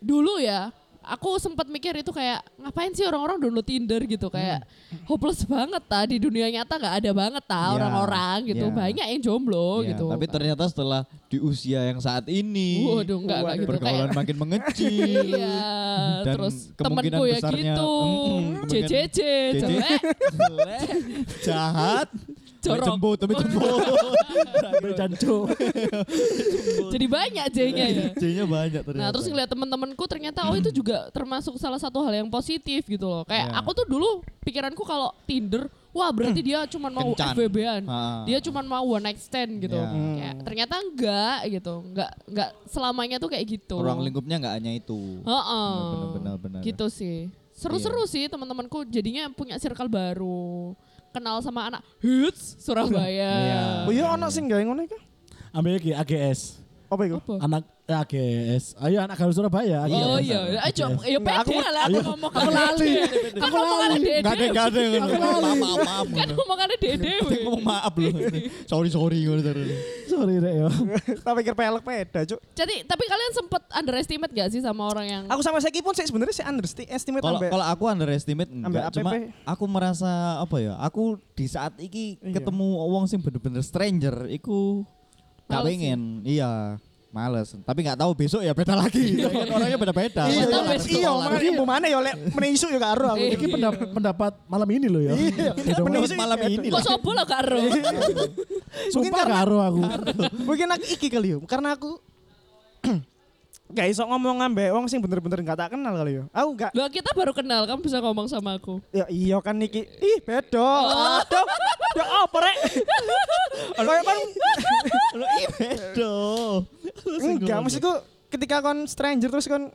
[SPEAKER 1] dulu ya, aku sempat mikir itu kayak ngapain sih orang-orang download Tinder gitu kayak
[SPEAKER 3] Hmm.
[SPEAKER 1] hopeless banget ta di dunia nyata nggak ada banget
[SPEAKER 3] Ya,
[SPEAKER 1] ta orang-orang gitu
[SPEAKER 3] ya.
[SPEAKER 1] banyak yang jomblo gitu.
[SPEAKER 3] Iya, tapi ternyata setelah di usia yang saat ini
[SPEAKER 1] Waduh, enggak, enggak gitu.
[SPEAKER 3] pergaulan
[SPEAKER 1] Kayak-
[SPEAKER 3] makin mengecil
[SPEAKER 1] (laughs) Iya,
[SPEAKER 3] Dan
[SPEAKER 1] terus
[SPEAKER 3] kemungkinan
[SPEAKER 1] temanku ya
[SPEAKER 3] besarnya,
[SPEAKER 1] gitu,
[SPEAKER 3] mm-mm, kemungkinan-
[SPEAKER 1] JJJ,
[SPEAKER 3] JJJ.
[SPEAKER 1] jelek,
[SPEAKER 3] jelek jahat (laughs)
[SPEAKER 1] Jorok.
[SPEAKER 3] tembo tembo
[SPEAKER 1] (laughs)
[SPEAKER 4] Bumble jancu.
[SPEAKER 1] jadi banyak
[SPEAKER 3] Iya,
[SPEAKER 1] J-nya ya.
[SPEAKER 3] nya banyak ternyata
[SPEAKER 1] Nah terus ngeliat temen-temenku ternyata
[SPEAKER 3] (clears throat)
[SPEAKER 1] oh itu juga termasuk salah satu hal yang positif gitu loh. Kayak
[SPEAKER 3] Ya.
[SPEAKER 1] aku tuh dulu pikiranku kalau Tinder, wah berarti dia cuman mau
[SPEAKER 3] Kencan.
[SPEAKER 1] FBB-an.
[SPEAKER 3] Ah.
[SPEAKER 1] Dia cuman mau one night stand gitu.
[SPEAKER 3] Ya.
[SPEAKER 2] Hmm.
[SPEAKER 1] Kayak, ternyata enggak gitu. Enggak enggak selamanya tuh kayak gitu.
[SPEAKER 3] ruang lingkupnya nggak hanya itu
[SPEAKER 1] Heeh.
[SPEAKER 3] Benar, benar, benar. Iya.
[SPEAKER 1] Gitu sih. Seru-seru sih teman-temanku jadinya punya circle baru. Kenal sama anak Hits Surabaya.
[SPEAKER 2] Oh iya ono sing gawe ngono iku.
[SPEAKER 4] Ambil lagi AGS.
[SPEAKER 2] Apa iku?
[SPEAKER 3] gitu.
[SPEAKER 1] Apa?
[SPEAKER 4] Anak eh, AGS. Ayo anak gaul Surabaya. AGS.
[SPEAKER 1] Oh iya, ayo ya
[SPEAKER 2] Enggak, aku-
[SPEAKER 1] pede lah aku ngomong aku lali. Aku ngomong ada
[SPEAKER 3] nggak ada
[SPEAKER 1] dede.
[SPEAKER 3] nggak ada maaf maaf maaf
[SPEAKER 1] Kan ngomong ada dede.
[SPEAKER 3] Dia ngomong maaf loh sorry sorry ngono terus
[SPEAKER 4] Sorry Rek ya.
[SPEAKER 2] (laughs) Tak pikir pelek peda, Cuk.
[SPEAKER 1] Jadi tapi kalian sempet underestimate gak sih sama orang yang
[SPEAKER 2] Aku sama Seki pun saya sebenarnya saya underestimate Iya,
[SPEAKER 3] Kalau
[SPEAKER 2] ambek-
[SPEAKER 3] kalau aku underestimate enggak,
[SPEAKER 2] ambek
[SPEAKER 3] cuma
[SPEAKER 2] APP.
[SPEAKER 3] aku merasa apa ya? Aku di saat iki
[SPEAKER 2] Iya.
[SPEAKER 3] ketemu wong sing bener-bener stranger iku gak
[SPEAKER 2] ya?
[SPEAKER 1] Males
[SPEAKER 3] pengen. Iya, males. Tapi nggak tahu besok ya beda lagi. Kan orangnya beda-beda.
[SPEAKER 2] Iya,
[SPEAKER 1] Mantap,
[SPEAKER 2] iya,
[SPEAKER 1] Mas.
[SPEAKER 2] iya, makanya ibu mana ya, lek menisu ya karo aku.
[SPEAKER 1] (laughs) Iya.
[SPEAKER 4] Ini pendapat, pendapat malam ini loh ya.
[SPEAKER 3] Menurut
[SPEAKER 2] Iya.
[SPEAKER 3] malam ini
[SPEAKER 1] kok
[SPEAKER 3] lah.
[SPEAKER 1] sobo lah Kak Ro?
[SPEAKER 4] Sumpah
[SPEAKER 2] karena-
[SPEAKER 4] karo aku.
[SPEAKER 2] Mungkin aku iki kali ya, karena aku (clears throat) gak iso ngomong ambek wong sing bener-bener gak tak kenal kali ya. Aku gak
[SPEAKER 1] Loh kita baru kenal, kamu bisa ngomong sama aku.
[SPEAKER 2] Ya iya kan iki. Ih, bedo.
[SPEAKER 1] Oh.
[SPEAKER 2] Aduh. Ya apa
[SPEAKER 1] (laughs)
[SPEAKER 2] rek? Kayak kan
[SPEAKER 3] Beda.
[SPEAKER 2] enggak maksudku ketika kon stranger terus kon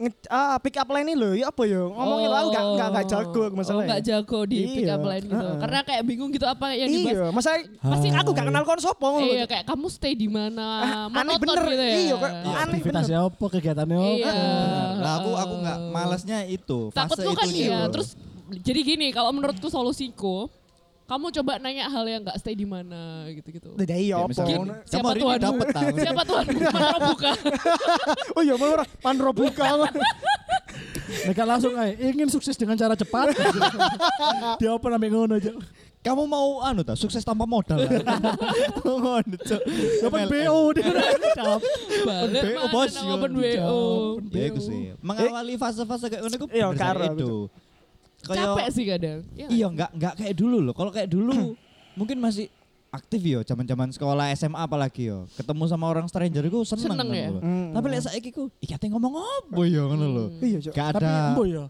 [SPEAKER 2] nge- ah, pick up line ini lho, ya apa ya? Ngomongin oh. aku gak gak gak jago aku
[SPEAKER 1] Oh,
[SPEAKER 2] masalahnya.
[SPEAKER 1] gak jago di pick up
[SPEAKER 2] Iya,
[SPEAKER 1] line gitu.
[SPEAKER 2] heeh.
[SPEAKER 1] Karena kayak bingung gitu apa yang
[SPEAKER 2] Iya,
[SPEAKER 1] dibahas.
[SPEAKER 2] masa pasti aku gak kenal kon sapa ngono lho.
[SPEAKER 1] Iya, kayak kamu stay di mana?
[SPEAKER 2] Ah, aneh
[SPEAKER 1] Monoton
[SPEAKER 2] bener.
[SPEAKER 1] gitu ya.
[SPEAKER 2] Iya, kok aneh bener.
[SPEAKER 4] Aktivitasnya apa, kegiatannya apa.
[SPEAKER 1] Iya.
[SPEAKER 3] Nah, aku aku nggak malesnya itu. gitu.
[SPEAKER 1] Takut
[SPEAKER 3] fase
[SPEAKER 1] lu kan
[SPEAKER 3] itunya.
[SPEAKER 1] iya. Terus jadi gini, kalau menurutku solusiku, kamu coba nanya hal yang gak stay di mana gitu-gitu.
[SPEAKER 2] Udah
[SPEAKER 3] Ya,
[SPEAKER 2] iya apa?
[SPEAKER 3] misalkan,
[SPEAKER 2] ngono.
[SPEAKER 3] kamu
[SPEAKER 1] Siapa
[SPEAKER 3] hari ini
[SPEAKER 1] tuanmu?
[SPEAKER 3] dapet tau.
[SPEAKER 1] Siapa tuh? Mana buka?
[SPEAKER 2] Oh iya, mau orang pandro buka.
[SPEAKER 4] Mereka langsung aja ingin sukses dengan cara
[SPEAKER 1] (laughs)
[SPEAKER 4] cepat. Dia open sampai ngono aja.
[SPEAKER 3] Kamu mau anu ta, sukses tanpa modal.
[SPEAKER 2] (laughs)
[SPEAKER 3] kan? Ngono, Cuk.
[SPEAKER 4] Open
[SPEAKER 3] MLM.
[SPEAKER 4] BO dia.
[SPEAKER 1] (laughs) Balik
[SPEAKER 3] BO,
[SPEAKER 1] mana
[SPEAKER 3] bos,
[SPEAKER 1] nang
[SPEAKER 3] yo,
[SPEAKER 1] open WO.
[SPEAKER 3] Ya iku sih. Mengawali fase-fase kayak ngono iku
[SPEAKER 2] Iya,
[SPEAKER 3] berdasar
[SPEAKER 2] karo,
[SPEAKER 3] itu. Kayak-
[SPEAKER 1] Capek sih kadang. Iya nggak?
[SPEAKER 3] Iya, nggak nggak kayak dulu loh. Kalau kayak dulu mungkin masih aktif yo, zaman-zaman sekolah SMA apalagi yo. Ketemu sama orang stranger iku seneng,
[SPEAKER 1] Seneng
[SPEAKER 3] ngono
[SPEAKER 1] ya?
[SPEAKER 3] lho.
[SPEAKER 2] Hmm.
[SPEAKER 3] Tapi lek saiki ku, iki ate ngomong opo yo ngono lho.
[SPEAKER 1] Hmm.
[SPEAKER 2] Iya, Cuk.
[SPEAKER 3] Gak
[SPEAKER 4] Tapi
[SPEAKER 3] ada.
[SPEAKER 4] embo ya.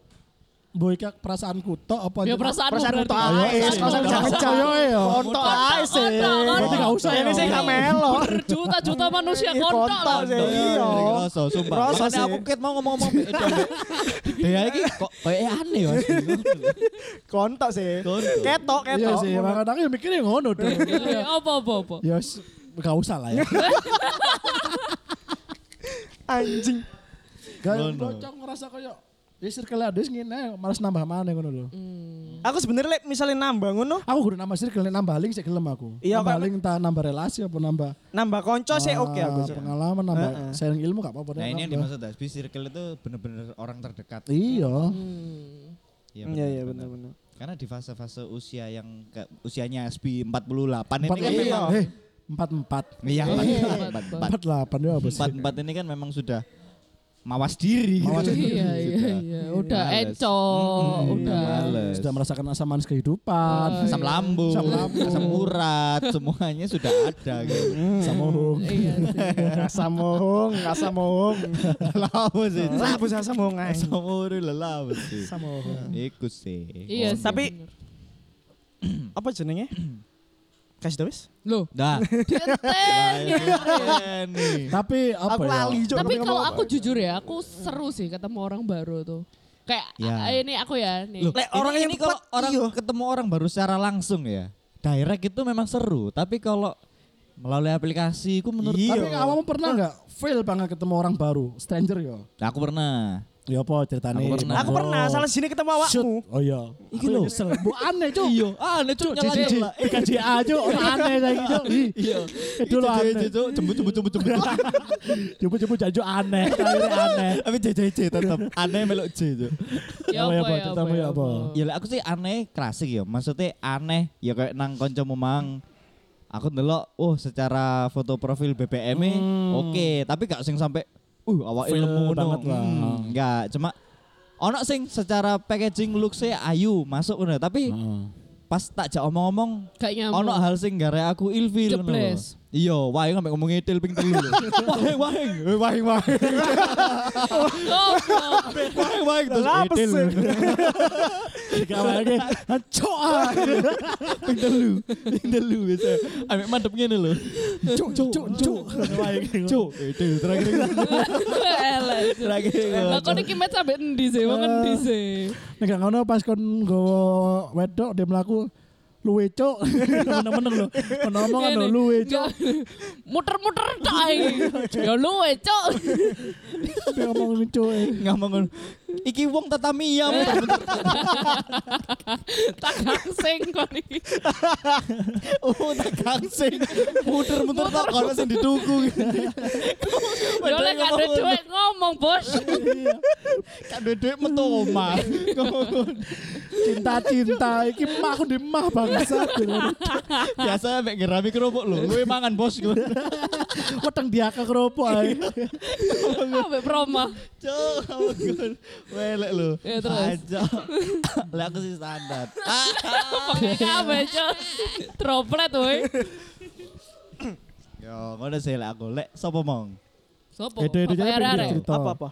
[SPEAKER 4] Embo iki perasaanku tok apa?
[SPEAKER 1] Ya
[SPEAKER 4] anjir?
[SPEAKER 1] perasaan
[SPEAKER 2] Perasaan
[SPEAKER 1] berarti.
[SPEAKER 2] untuk ae,
[SPEAKER 1] Perasaan
[SPEAKER 2] perasaan
[SPEAKER 1] lu.
[SPEAKER 2] jangan
[SPEAKER 4] Perasaan lu.
[SPEAKER 2] cah.
[SPEAKER 4] Iya.
[SPEAKER 2] Kontok ae sih.
[SPEAKER 1] Kontok, kontok.
[SPEAKER 4] Berarti nggak usah,
[SPEAKER 2] Ini
[SPEAKER 4] ya.
[SPEAKER 2] sih gak melo.
[SPEAKER 1] Berjuta-juta manusia
[SPEAKER 2] Iya,
[SPEAKER 1] kontak
[SPEAKER 2] kontak
[SPEAKER 1] lah.
[SPEAKER 2] sih.
[SPEAKER 3] Iya,
[SPEAKER 2] Iya.
[SPEAKER 3] jadi ngerasa, sumpah.
[SPEAKER 2] Ngerasa
[SPEAKER 3] Makanya
[SPEAKER 2] sih.
[SPEAKER 3] aku ket mau ngomong-ngomong beda. Dea iki kok kayak aneh ya.
[SPEAKER 2] (laughs) Kontok sih.
[SPEAKER 3] Kontok.
[SPEAKER 2] Ketok,
[SPEAKER 4] Iya
[SPEAKER 2] ketok.
[SPEAKER 4] sih, makanya aku mikirnya ngono dong.
[SPEAKER 1] Iya, Apa apa apa.
[SPEAKER 4] Ya s- gak usah lah ya.
[SPEAKER 2] Anjing.
[SPEAKER 4] Gak
[SPEAKER 3] Ngono.
[SPEAKER 4] bocok ngerasa kayak ya di circle adus ngene malas nambah mana ngono lho.
[SPEAKER 1] Hmm.
[SPEAKER 2] Aku sebenarnya like, misalnya nambah ngono,
[SPEAKER 4] Aku kudu nambah circle nambah link sik gelem aku.
[SPEAKER 2] Iya,
[SPEAKER 4] nambah
[SPEAKER 2] kan-
[SPEAKER 4] link entah nambah relasi apa nambah
[SPEAKER 2] nambah konco sih oke
[SPEAKER 4] ah,
[SPEAKER 2] aku. Cuk.
[SPEAKER 4] pengalaman nambah sharing ilmu gak apa-apa deh,
[SPEAKER 3] Nah, ini yang
[SPEAKER 4] nambah.
[SPEAKER 3] dimaksud Hasbi circle itu bener-bener orang terdekat.
[SPEAKER 4] Iya.
[SPEAKER 1] Hmm.
[SPEAKER 2] Iya, iya benar-benar.
[SPEAKER 3] Karena di fase-fase usia yang ke, usianya SB 48
[SPEAKER 4] Empat
[SPEAKER 3] ini kan
[SPEAKER 2] iya.
[SPEAKER 3] memang
[SPEAKER 4] Eh, empat empat.
[SPEAKER 3] iya,
[SPEAKER 1] Empat,
[SPEAKER 3] 44.
[SPEAKER 4] Empat delapan ya apa sih?
[SPEAKER 3] empat empat ini kan memang sudah mawas diri
[SPEAKER 4] Mawas
[SPEAKER 3] gitu.
[SPEAKER 1] Iya iya
[SPEAKER 3] Sudah.
[SPEAKER 1] iya. Udah
[SPEAKER 3] Males.
[SPEAKER 1] encok.
[SPEAKER 3] Mm-mm,
[SPEAKER 1] Udah.
[SPEAKER 3] males.
[SPEAKER 4] Sudah merasakan asam manis
[SPEAKER 1] Oh,
[SPEAKER 4] kehidupan.
[SPEAKER 1] iya.
[SPEAKER 3] asam lambung,
[SPEAKER 4] Asam lambung.
[SPEAKER 3] asam urat, semuanya sudah ada gitu.
[SPEAKER 4] Sama hung.
[SPEAKER 1] Iya sih.
[SPEAKER 2] Rasa mohong, rasa mohong.
[SPEAKER 3] Lama sih,
[SPEAKER 2] Lah bos rasa mohong ae.
[SPEAKER 3] asam urat lah lama sih.
[SPEAKER 2] Rasa mohong.
[SPEAKER 3] Iku sih.
[SPEAKER 1] Iya sih.
[SPEAKER 2] Tapi-
[SPEAKER 1] bener.
[SPEAKER 2] Apa jenenge? (clears throat) Kasih tau wis?
[SPEAKER 1] loh,
[SPEAKER 3] Dah.
[SPEAKER 1] genteng.
[SPEAKER 4] Tapi apa
[SPEAKER 2] Aku
[SPEAKER 4] ya?
[SPEAKER 2] lali, Cuk.
[SPEAKER 1] Tapi
[SPEAKER 2] Ngomong
[SPEAKER 1] kalau
[SPEAKER 2] apa?
[SPEAKER 1] aku jujur ya, aku seru sih ketemu orang baru tuh. Kayak
[SPEAKER 3] Ya.
[SPEAKER 1] ah, ini aku ya nih.
[SPEAKER 3] Loh,
[SPEAKER 2] Lek
[SPEAKER 3] ini-
[SPEAKER 2] orang yang
[SPEAKER 3] ini kalau
[SPEAKER 2] tepat,
[SPEAKER 3] orang
[SPEAKER 2] iya.
[SPEAKER 3] ketemu orang baru secara langsung ya. Direct itu memang seru, tapi kalau melalui aplikasi itu menurut
[SPEAKER 2] Iya.
[SPEAKER 4] Tapi awakmu pernah nggak fail banget ketemu orang baru, stranger yo?
[SPEAKER 3] Nah, aku pernah.
[SPEAKER 4] Ya apa ceritanya?
[SPEAKER 3] Aku pernah.
[SPEAKER 2] Aku
[SPEAKER 4] Oh.
[SPEAKER 2] pernah salah sini ketemu
[SPEAKER 4] Shoot.
[SPEAKER 2] awakmu.
[SPEAKER 4] Oh iya.
[SPEAKER 3] Iki lho.
[SPEAKER 4] Nyesel. Bu aneh cuk.
[SPEAKER 3] Iya, ah lucu nyala
[SPEAKER 4] JJJ.
[SPEAKER 3] nyala.
[SPEAKER 4] KJA cuk. Orang aneh lagi cuk. Ih,
[SPEAKER 3] Iya.
[SPEAKER 4] Itu lho aneh.
[SPEAKER 3] Cuk, jembut jembut jembut jembut.
[SPEAKER 4] Jemput-jemput janju (laughs) aneh. Kayak aneh.
[SPEAKER 3] Tapi JJJ tetap aneh melok J Cuk.
[SPEAKER 1] Ya
[SPEAKER 4] Apa ya,
[SPEAKER 1] apa ya apa
[SPEAKER 4] apa? Ceritamu ya
[SPEAKER 1] ya
[SPEAKER 4] apa?
[SPEAKER 1] apa.
[SPEAKER 3] Ya lek aku sih aneh klasik ya. Maksudnya aneh ya kayak nang kanca memang aku ndelok oh secara foto profil BBM -e, oke, tapi gak sing sampai uh awake
[SPEAKER 4] Feel
[SPEAKER 3] lemu Hmm,
[SPEAKER 4] banget lah.
[SPEAKER 3] Enggak, cuma ono sing secara packaging looks-e ayu masuk ngono, tapi
[SPEAKER 4] Ah.
[SPEAKER 3] pas tak jak omong-omong
[SPEAKER 1] Kayak nyambung.
[SPEAKER 3] ono hal sing gare aku ilfil ngono lho.
[SPEAKER 1] Jebles.
[SPEAKER 3] Iya, wae ngomong ngomong ngidil ping telu lho. Wae wae, eh, wae wae.
[SPEAKER 1] Oh, Goblok.
[SPEAKER 3] Wae wae terus
[SPEAKER 2] Lah, apa
[SPEAKER 3] ngidil.
[SPEAKER 2] sih?
[SPEAKER 4] Dikawal lagi. Cuk. ah.
[SPEAKER 3] Ping telu, ping telu biasa. Ambek mandep ngene lho.
[SPEAKER 4] Cuk cuk cuk cuk.
[SPEAKER 3] Cuk, Eh, itu (laughs) terakhir
[SPEAKER 1] Elah, itu.
[SPEAKER 3] terakhir.
[SPEAKER 1] Lah kok iki match sampe endi sih? Wong endi sih?
[SPEAKER 4] Nek gak ngono pas kon nggawa wedok dia melaku luwe cuk. (laughs) Meneng-meneng lho. Ngomong lho
[SPEAKER 1] Ngene.
[SPEAKER 4] anu, luwe cuk.
[SPEAKER 1] Nggak. (laughs) Muter-muter tok iki. Ya luwe, Cuk.
[SPEAKER 4] Dia ngomong cuk. eh.
[SPEAKER 3] ngomong ngono. Iki wong tatami ya.
[SPEAKER 1] (laughs) Tak gangsing kon iki.
[SPEAKER 3] Oh, tak gangsing. Muter-muter tak kono sing (laughs) dituku.
[SPEAKER 1] Ya lek gak ada duit ngomong, Bos.
[SPEAKER 3] Kak Dedek metu (laughs) omah.
[SPEAKER 4] Cinta-cinta iki mah aku di mah bangsa.
[SPEAKER 3] Biasa mek ngerami kerupuk lho. Kowe mangan bos kowe.
[SPEAKER 4] Weteng diaka keropok ae.
[SPEAKER 1] Iya, Sampe ya, promo.
[SPEAKER 3] Cuk, (laughs) ampun. Welek lho.
[SPEAKER 1] Ya, terus.
[SPEAKER 3] Ajak. Lah aku sih (laughs) standar. Ah,
[SPEAKER 1] Pakai kabeh, Cuk. Troplet ya, woi.
[SPEAKER 3] Yo, ngono sih lek aku. Lek sapa mong?
[SPEAKER 1] Sopo? ya,
[SPEAKER 4] Edo Edo
[SPEAKER 1] Papa
[SPEAKER 4] jadi
[SPEAKER 1] Yara, Rek?
[SPEAKER 4] cerita.
[SPEAKER 2] Apa apa?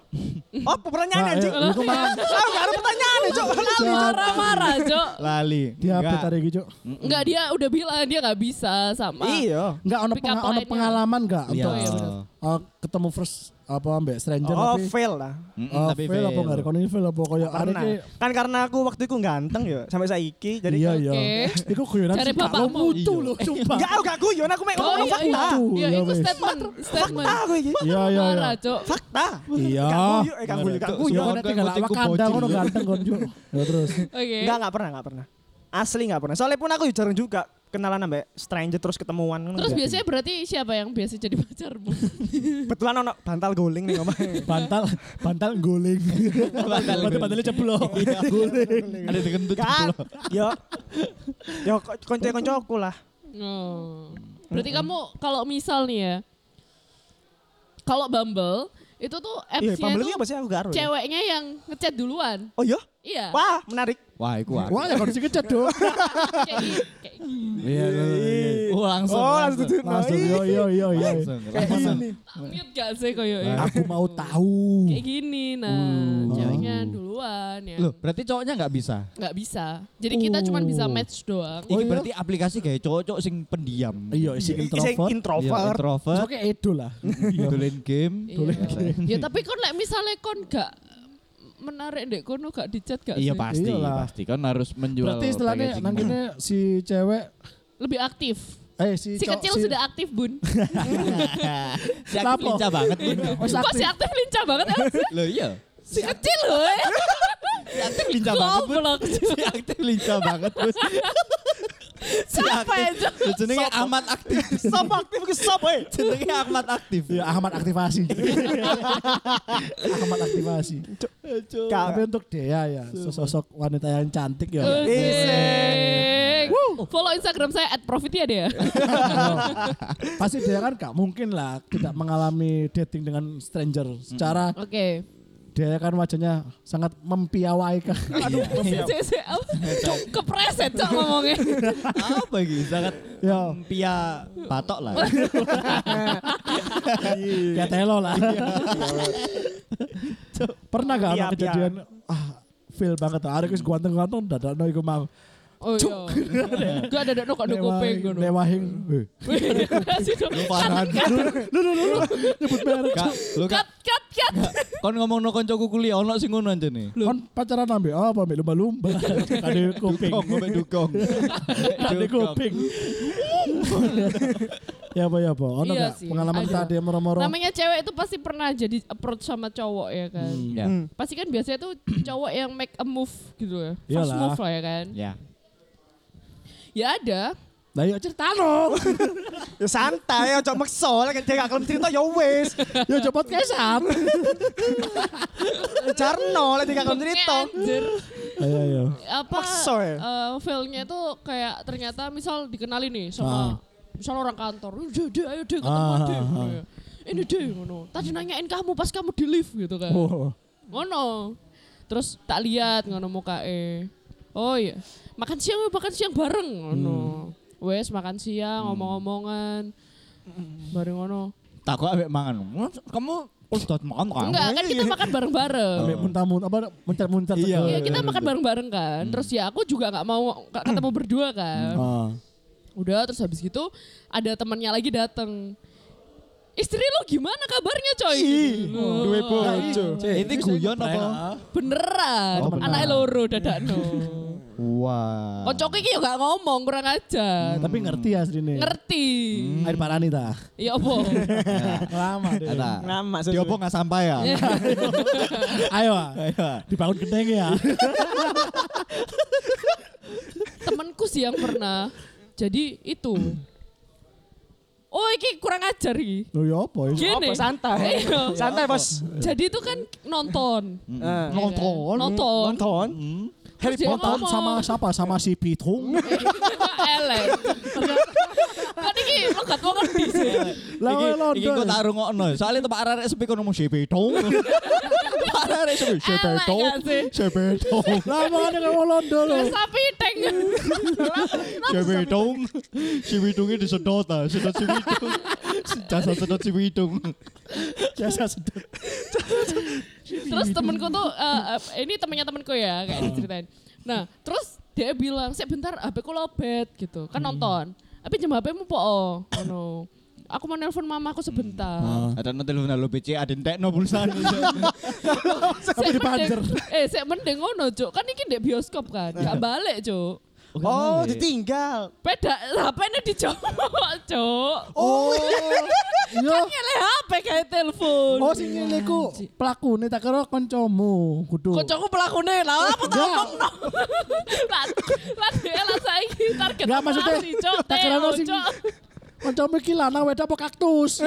[SPEAKER 2] Apa pertanyaan
[SPEAKER 4] Nah,
[SPEAKER 2] Cuk?
[SPEAKER 4] eh, Aku mah
[SPEAKER 2] Ah, gak ada pertanyaan Cuk. Lali, Cuk.
[SPEAKER 4] (laughs)
[SPEAKER 1] Marah-marah, Cuk.
[SPEAKER 3] Lali.
[SPEAKER 4] dia apa
[SPEAKER 3] Enggak.
[SPEAKER 4] tadi iki cuk?
[SPEAKER 1] Enggak dia udah bilang dia nggak bisa sama.
[SPEAKER 2] Iya.
[SPEAKER 4] Enggak ono
[SPEAKER 1] Pick
[SPEAKER 4] penga-
[SPEAKER 1] up
[SPEAKER 4] ono
[SPEAKER 1] line-nya.
[SPEAKER 4] pengalaman enggak
[SPEAKER 3] Iya.
[SPEAKER 4] untuk
[SPEAKER 1] iya, bener.
[SPEAKER 4] eh, ketemu first apa mbak stranger
[SPEAKER 2] Oh,
[SPEAKER 4] tapi
[SPEAKER 2] fail lah.
[SPEAKER 3] Mm-mm,
[SPEAKER 4] eh, fail apa
[SPEAKER 3] (laughs)
[SPEAKER 4] enggak rekon ini fail apa kaya arek
[SPEAKER 2] Karena
[SPEAKER 4] iki
[SPEAKER 2] kan karena aku waktu itu ganteng ya sampai saiki jadi
[SPEAKER 4] Iya
[SPEAKER 2] kan-
[SPEAKER 4] iya.
[SPEAKER 1] Oke.
[SPEAKER 4] Iku guyonan
[SPEAKER 1] Cari
[SPEAKER 4] sih gak
[SPEAKER 1] bapakmu.
[SPEAKER 4] lucu
[SPEAKER 3] Iya.
[SPEAKER 4] lho sumpah.
[SPEAKER 2] Enggak, aku gak guyon, aku mek
[SPEAKER 1] Oh,
[SPEAKER 2] ngomong
[SPEAKER 1] iya,
[SPEAKER 2] fakta.
[SPEAKER 1] iya,
[SPEAKER 4] Iya,
[SPEAKER 1] itu
[SPEAKER 4] wes.
[SPEAKER 1] statement, statement.
[SPEAKER 2] Fakta aku iki.
[SPEAKER 4] Iya iya iya.
[SPEAKER 1] Marah, Cuk.
[SPEAKER 2] Fakta.
[SPEAKER 4] Iya.
[SPEAKER 2] Gak guyon, eh gak guyon, gak
[SPEAKER 3] Iya,
[SPEAKER 4] Yo
[SPEAKER 2] guyon.
[SPEAKER 3] kan
[SPEAKER 4] nanti
[SPEAKER 3] kayak
[SPEAKER 4] enggak
[SPEAKER 3] kucingku
[SPEAKER 4] Wakanda
[SPEAKER 3] bocil
[SPEAKER 4] ngono
[SPEAKER 3] lho.
[SPEAKER 4] ganteng kon cuk. Ya terus.
[SPEAKER 1] Oke.
[SPEAKER 2] Enggak, enggak pernah, enggak pernah. Asli enggak pernah. Soalnya pun aku jarang juga kenalan sampai stranger terus ketemuan ngono
[SPEAKER 1] Terus
[SPEAKER 2] enggak?
[SPEAKER 1] biasanya berarti siapa yang biasa jadi (laughs) pacarmu?
[SPEAKER 2] Betulan ono bantal guling nih omah.
[SPEAKER 4] bantal bantal goling bantal bantalnya
[SPEAKER 3] (laughs)
[SPEAKER 4] ceblok
[SPEAKER 3] Iya,
[SPEAKER 4] goling
[SPEAKER 3] Ada dikentut
[SPEAKER 2] Kan,
[SPEAKER 3] loh.
[SPEAKER 2] yo, yo Ya, konco-koncoku lah.
[SPEAKER 4] Hmm.
[SPEAKER 1] Oh.
[SPEAKER 4] Eh,
[SPEAKER 1] Berarti kamu kalau misal nih ya, kalau Bumble itu tuh
[SPEAKER 2] Iya,
[SPEAKER 1] apps-nya
[SPEAKER 2] pembelinya
[SPEAKER 1] tuh
[SPEAKER 2] apa sih aku gak aru ya?
[SPEAKER 1] ceweknya yang ngechat duluan.
[SPEAKER 2] Oh iya?
[SPEAKER 1] Iya.
[SPEAKER 2] Wah, menarik.
[SPEAKER 3] Wah, iya, iku aku.
[SPEAKER 4] wah ya harus dikecat dong
[SPEAKER 1] Kayak gitu. gini, kayak gini.
[SPEAKER 3] Iya, iya, iya. Oh, langsung. Iya,
[SPEAKER 2] Oh, langsung tuh.
[SPEAKER 4] langsung yo yo yo yo
[SPEAKER 3] Langsung. Langsung.
[SPEAKER 1] Mute gak sih koyo ya?
[SPEAKER 4] aku mau tahu
[SPEAKER 1] Kayak gini
[SPEAKER 4] Hmm.
[SPEAKER 1] nah, ceweknya
[SPEAKER 2] Oh.
[SPEAKER 1] duluan ya.
[SPEAKER 3] Loh, berarti cowoknya nggak bisa.
[SPEAKER 1] nggak bisa. Jadi kita cuman bisa
[SPEAKER 3] Oh.
[SPEAKER 1] match doang.
[SPEAKER 3] Ini berarti aplikasi kayak cowok-cowok sing pendiam.
[SPEAKER 4] iya isi
[SPEAKER 2] Sing
[SPEAKER 4] introvert
[SPEAKER 3] Iya,
[SPEAKER 2] introvert.
[SPEAKER 3] introvert.
[SPEAKER 4] Oke edo lah
[SPEAKER 3] Iya, Dolen game.
[SPEAKER 1] Iya. Ya tapi kon lek misalnya kon gak menarik dek kono gak dicat gak
[SPEAKER 3] Iya
[SPEAKER 1] sih?
[SPEAKER 3] pasti,
[SPEAKER 4] Iyalah.
[SPEAKER 3] pasti kan harus menjual.
[SPEAKER 4] berarti istilahnya
[SPEAKER 3] packaging.
[SPEAKER 4] nantinya si cewek
[SPEAKER 1] Lebih aktif.
[SPEAKER 4] eh si,
[SPEAKER 1] Si
[SPEAKER 4] cowok-
[SPEAKER 1] kecil
[SPEAKER 4] si-
[SPEAKER 1] sudah aktif, Bun.
[SPEAKER 3] (laughs) si aktif
[SPEAKER 4] Kenapa?
[SPEAKER 3] lincah banget. (laughs) Bun.
[SPEAKER 1] Kok
[SPEAKER 4] Wes
[SPEAKER 1] si
[SPEAKER 4] Oh, aktif.
[SPEAKER 1] aktif lincah banget emang sih?
[SPEAKER 3] Loh iya.
[SPEAKER 1] Si kecil loh. eh.
[SPEAKER 3] Si aktif lincah banget. Bun.
[SPEAKER 1] Goblok.
[SPEAKER 3] Si aktif lincah banget. Bun. (laughs) Si
[SPEAKER 1] Siapa ya, Cok?
[SPEAKER 3] Jenenge amat
[SPEAKER 2] (laughs)
[SPEAKER 3] aktif.
[SPEAKER 2] Sop aktif ke eh? sop, weh.
[SPEAKER 3] Jenenge amat aktif.
[SPEAKER 4] Ya Ahmad aktivasi. Ahmad aktivasi. Tapi
[SPEAKER 2] Gak-
[SPEAKER 4] untuk Dea ya, sosok wanita yang cantik
[SPEAKER 3] Iya.
[SPEAKER 4] ya.
[SPEAKER 1] Eh, Asik. Follow Instagram saya @profit ya dia.
[SPEAKER 4] Pasti Dea kan gak mungkin lah tidak mengalami dating dengan stranger. Secara
[SPEAKER 1] Oke.
[SPEAKER 4] Dea kan wajahnya sangat mempiawai kan.
[SPEAKER 2] Aduh,
[SPEAKER 1] (laughs) Si- si- si- apa? Cok, Kepreset cok ngomongnya.
[SPEAKER 3] Apa gitu? Sangat
[SPEAKER 4] Ya,
[SPEAKER 3] pia patok lah.
[SPEAKER 4] kayak telo lah. Pernah gak ada
[SPEAKER 2] Pia-pia.
[SPEAKER 4] kejadian ah feel banget ah arek wis ganteng-ganteng dadakno iku mau
[SPEAKER 1] Oh iya. Gak ada dok kok ada kuping (laughs)
[SPEAKER 4] Lewahing-
[SPEAKER 1] ngono.
[SPEAKER 4] lewahing Weh,
[SPEAKER 1] Wih, kasih dong.
[SPEAKER 3] Lu parah.
[SPEAKER 4] nyebut merek
[SPEAKER 3] Kak, lu
[SPEAKER 1] Cut,
[SPEAKER 3] kak,
[SPEAKER 1] cut, cut.
[SPEAKER 3] kon ngomong no koncoku kuliah, ono sing ngono aja nih.
[SPEAKER 4] Kan pacaran ambek apa ambek lumba-lumba. Kade kuping.
[SPEAKER 3] Dukong, (laughs) ngomong dukong.
[SPEAKER 4] Kade kuping. (laughs) ya apa ya apa. Ono
[SPEAKER 1] Iya
[SPEAKER 4] enggak
[SPEAKER 1] sih,
[SPEAKER 4] pengalaman
[SPEAKER 1] ada.
[SPEAKER 4] tadi moro-moro.
[SPEAKER 1] Namanya cewek itu pasti pernah jadi approach sama cowok ya kan.
[SPEAKER 3] Ya,
[SPEAKER 2] Hmm.
[SPEAKER 1] Pasti kan biasanya tuh (clears throat) cowok yang make a move gitu ya. First
[SPEAKER 4] Iyalah.
[SPEAKER 1] move lah ya kan.
[SPEAKER 3] ya.
[SPEAKER 1] Ya ada.
[SPEAKER 4] Lah yuk ceritano.
[SPEAKER 2] Ya santai, ya cok makso. Lah gak kelem cerita ya wis.
[SPEAKER 4] Yo coba
[SPEAKER 3] (laughs)
[SPEAKER 4] podcastan.
[SPEAKER 2] Jarno, lah gak kelem
[SPEAKER 1] Bentuknya
[SPEAKER 2] cerita.
[SPEAKER 1] anjir.
[SPEAKER 4] Ayo
[SPEAKER 3] Iya,
[SPEAKER 4] ayo.
[SPEAKER 1] apa
[SPEAKER 2] Maksa ya?
[SPEAKER 1] eh, failnya itu kayak ternyata misal dikenali nih sama misal orang kantor udah deh ayo deh ketemu
[SPEAKER 4] Ah,
[SPEAKER 1] deh
[SPEAKER 4] ah,
[SPEAKER 1] gitu ya. ini deh ngono tadi nanyain kamu pas kamu di lift gitu kan
[SPEAKER 4] Oh.
[SPEAKER 1] ngono terus tak lihat ngono muka oh iya makan siang yuk, makan siang bareng ngono wes makan siang ngomong-ngomongan bareng ngono
[SPEAKER 3] Takut ambek mangan. Kamu ustad makan kan?
[SPEAKER 1] enggak kan kita makan bareng-bareng
[SPEAKER 4] Ambek muntamun apa muncar-muncar
[SPEAKER 3] Iya.
[SPEAKER 4] segala.
[SPEAKER 1] Iya kita makan bareng-bareng kan, terus ya aku juga nggak mau nggak ketemu berdua kan.
[SPEAKER 3] Hmm.
[SPEAKER 4] Ah.
[SPEAKER 1] Udah terus habis gitu ada temannya lagi datang. Istri lo gimana kabarnya coy? Gitu. Loh,
[SPEAKER 2] Duwe bojo.
[SPEAKER 3] iya. Ini guyon apa?
[SPEAKER 1] Beneran.
[SPEAKER 3] Oh, beneran.
[SPEAKER 1] Anak loro dadakno.
[SPEAKER 3] Wah.
[SPEAKER 1] Kocok iki yo gak ngomong, kurang ajar.
[SPEAKER 3] Hmm.
[SPEAKER 4] Tapi ngerti ya Srine.
[SPEAKER 1] Ngerti.
[SPEAKER 4] Air parani ta.
[SPEAKER 1] Ya apa?
[SPEAKER 4] Lama deh.
[SPEAKER 3] Iya. Ada.
[SPEAKER 2] Nah, maksud
[SPEAKER 3] Diopo nggak sampai ya?
[SPEAKER 1] Iya.
[SPEAKER 4] Ayo. ah. Dibangun genteng ya.
[SPEAKER 1] Temenku sih yang pernah. Jadi itu. Oh iki kurang ajar iki.
[SPEAKER 4] Loh ya apa ya?
[SPEAKER 1] Gini.
[SPEAKER 2] Apa, santai.
[SPEAKER 1] (laughs) Iya.
[SPEAKER 2] Santai, Bos.
[SPEAKER 1] Jadi itu kan nonton.
[SPEAKER 2] Eh,
[SPEAKER 1] Nonton. Nonton.
[SPEAKER 2] Nonton.
[SPEAKER 1] Harry
[SPEAKER 4] Nonton
[SPEAKER 1] (laughs)
[SPEAKER 4] sama siapa? Sama si Pitung.
[SPEAKER 1] elek. Kan iki lo gak mau ngerti sih.
[SPEAKER 4] Lah
[SPEAKER 3] Iki-
[SPEAKER 4] oleh
[SPEAKER 3] Iki
[SPEAKER 4] London.
[SPEAKER 3] kok tak rungokno. Soalnya tempat arek sepi kono mung sepedong. Pak arek sepi
[SPEAKER 1] Elek
[SPEAKER 3] sepedong.
[SPEAKER 1] gak ya sih?
[SPEAKER 3] Sepedong.
[SPEAKER 4] Lah makane kayak wong London lho.
[SPEAKER 1] Terus sapi teng.
[SPEAKER 3] Sepedong. Si widungnya disedot ah, sedot si
[SPEAKER 4] (laughs)
[SPEAKER 3] widung. Jasa sedot si widung.
[SPEAKER 4] Jasa sedot.
[SPEAKER 1] Terus
[SPEAKER 4] Gitu.
[SPEAKER 1] temenku tuh eh, eh, ini temennya temenku ya
[SPEAKER 4] (laughs)
[SPEAKER 1] kayak diceritain. Nah, terus dia bilang, "Sik bentar, HP ku lobet." gitu.
[SPEAKER 4] Hmm.
[SPEAKER 1] Kan nonton. Tapi jam HP-mu po. oh." Ngono. Aku mau nelpon mamaku
[SPEAKER 4] Hmm.
[SPEAKER 1] sebentar.
[SPEAKER 2] Ah.
[SPEAKER 3] Ada nanti lu nalo BC ada tekno pulsa.
[SPEAKER 4] (laughs)
[SPEAKER 1] Sik
[SPEAKER 4] dipanjer.
[SPEAKER 1] mending- (laughs) Eh, sik mending ngono, Cuk. Kan iki ndek bioskop kan.
[SPEAKER 4] Nah.
[SPEAKER 1] Gak balik, Cuk.
[SPEAKER 2] Oh, ditinggal.
[SPEAKER 1] Beda HP-ne dijomok, Cuk. Kan
[SPEAKER 2] Oh,
[SPEAKER 4] Yo.
[SPEAKER 1] Nyele HP kayak
[SPEAKER 2] iya.
[SPEAKER 1] telepon.
[SPEAKER 4] iya. Oh sing ngene iku pelakune tak kira kancamu. Kudu.
[SPEAKER 1] Kocokku pelakune lah apa tak
[SPEAKER 4] Enggak.
[SPEAKER 1] omongno. Lah lah dia lah saiki target
[SPEAKER 4] Nggak, maksudnya, tak kira
[SPEAKER 1] Eh,
[SPEAKER 4] no sing- Kancamu iki lanang wedok apa kaktus?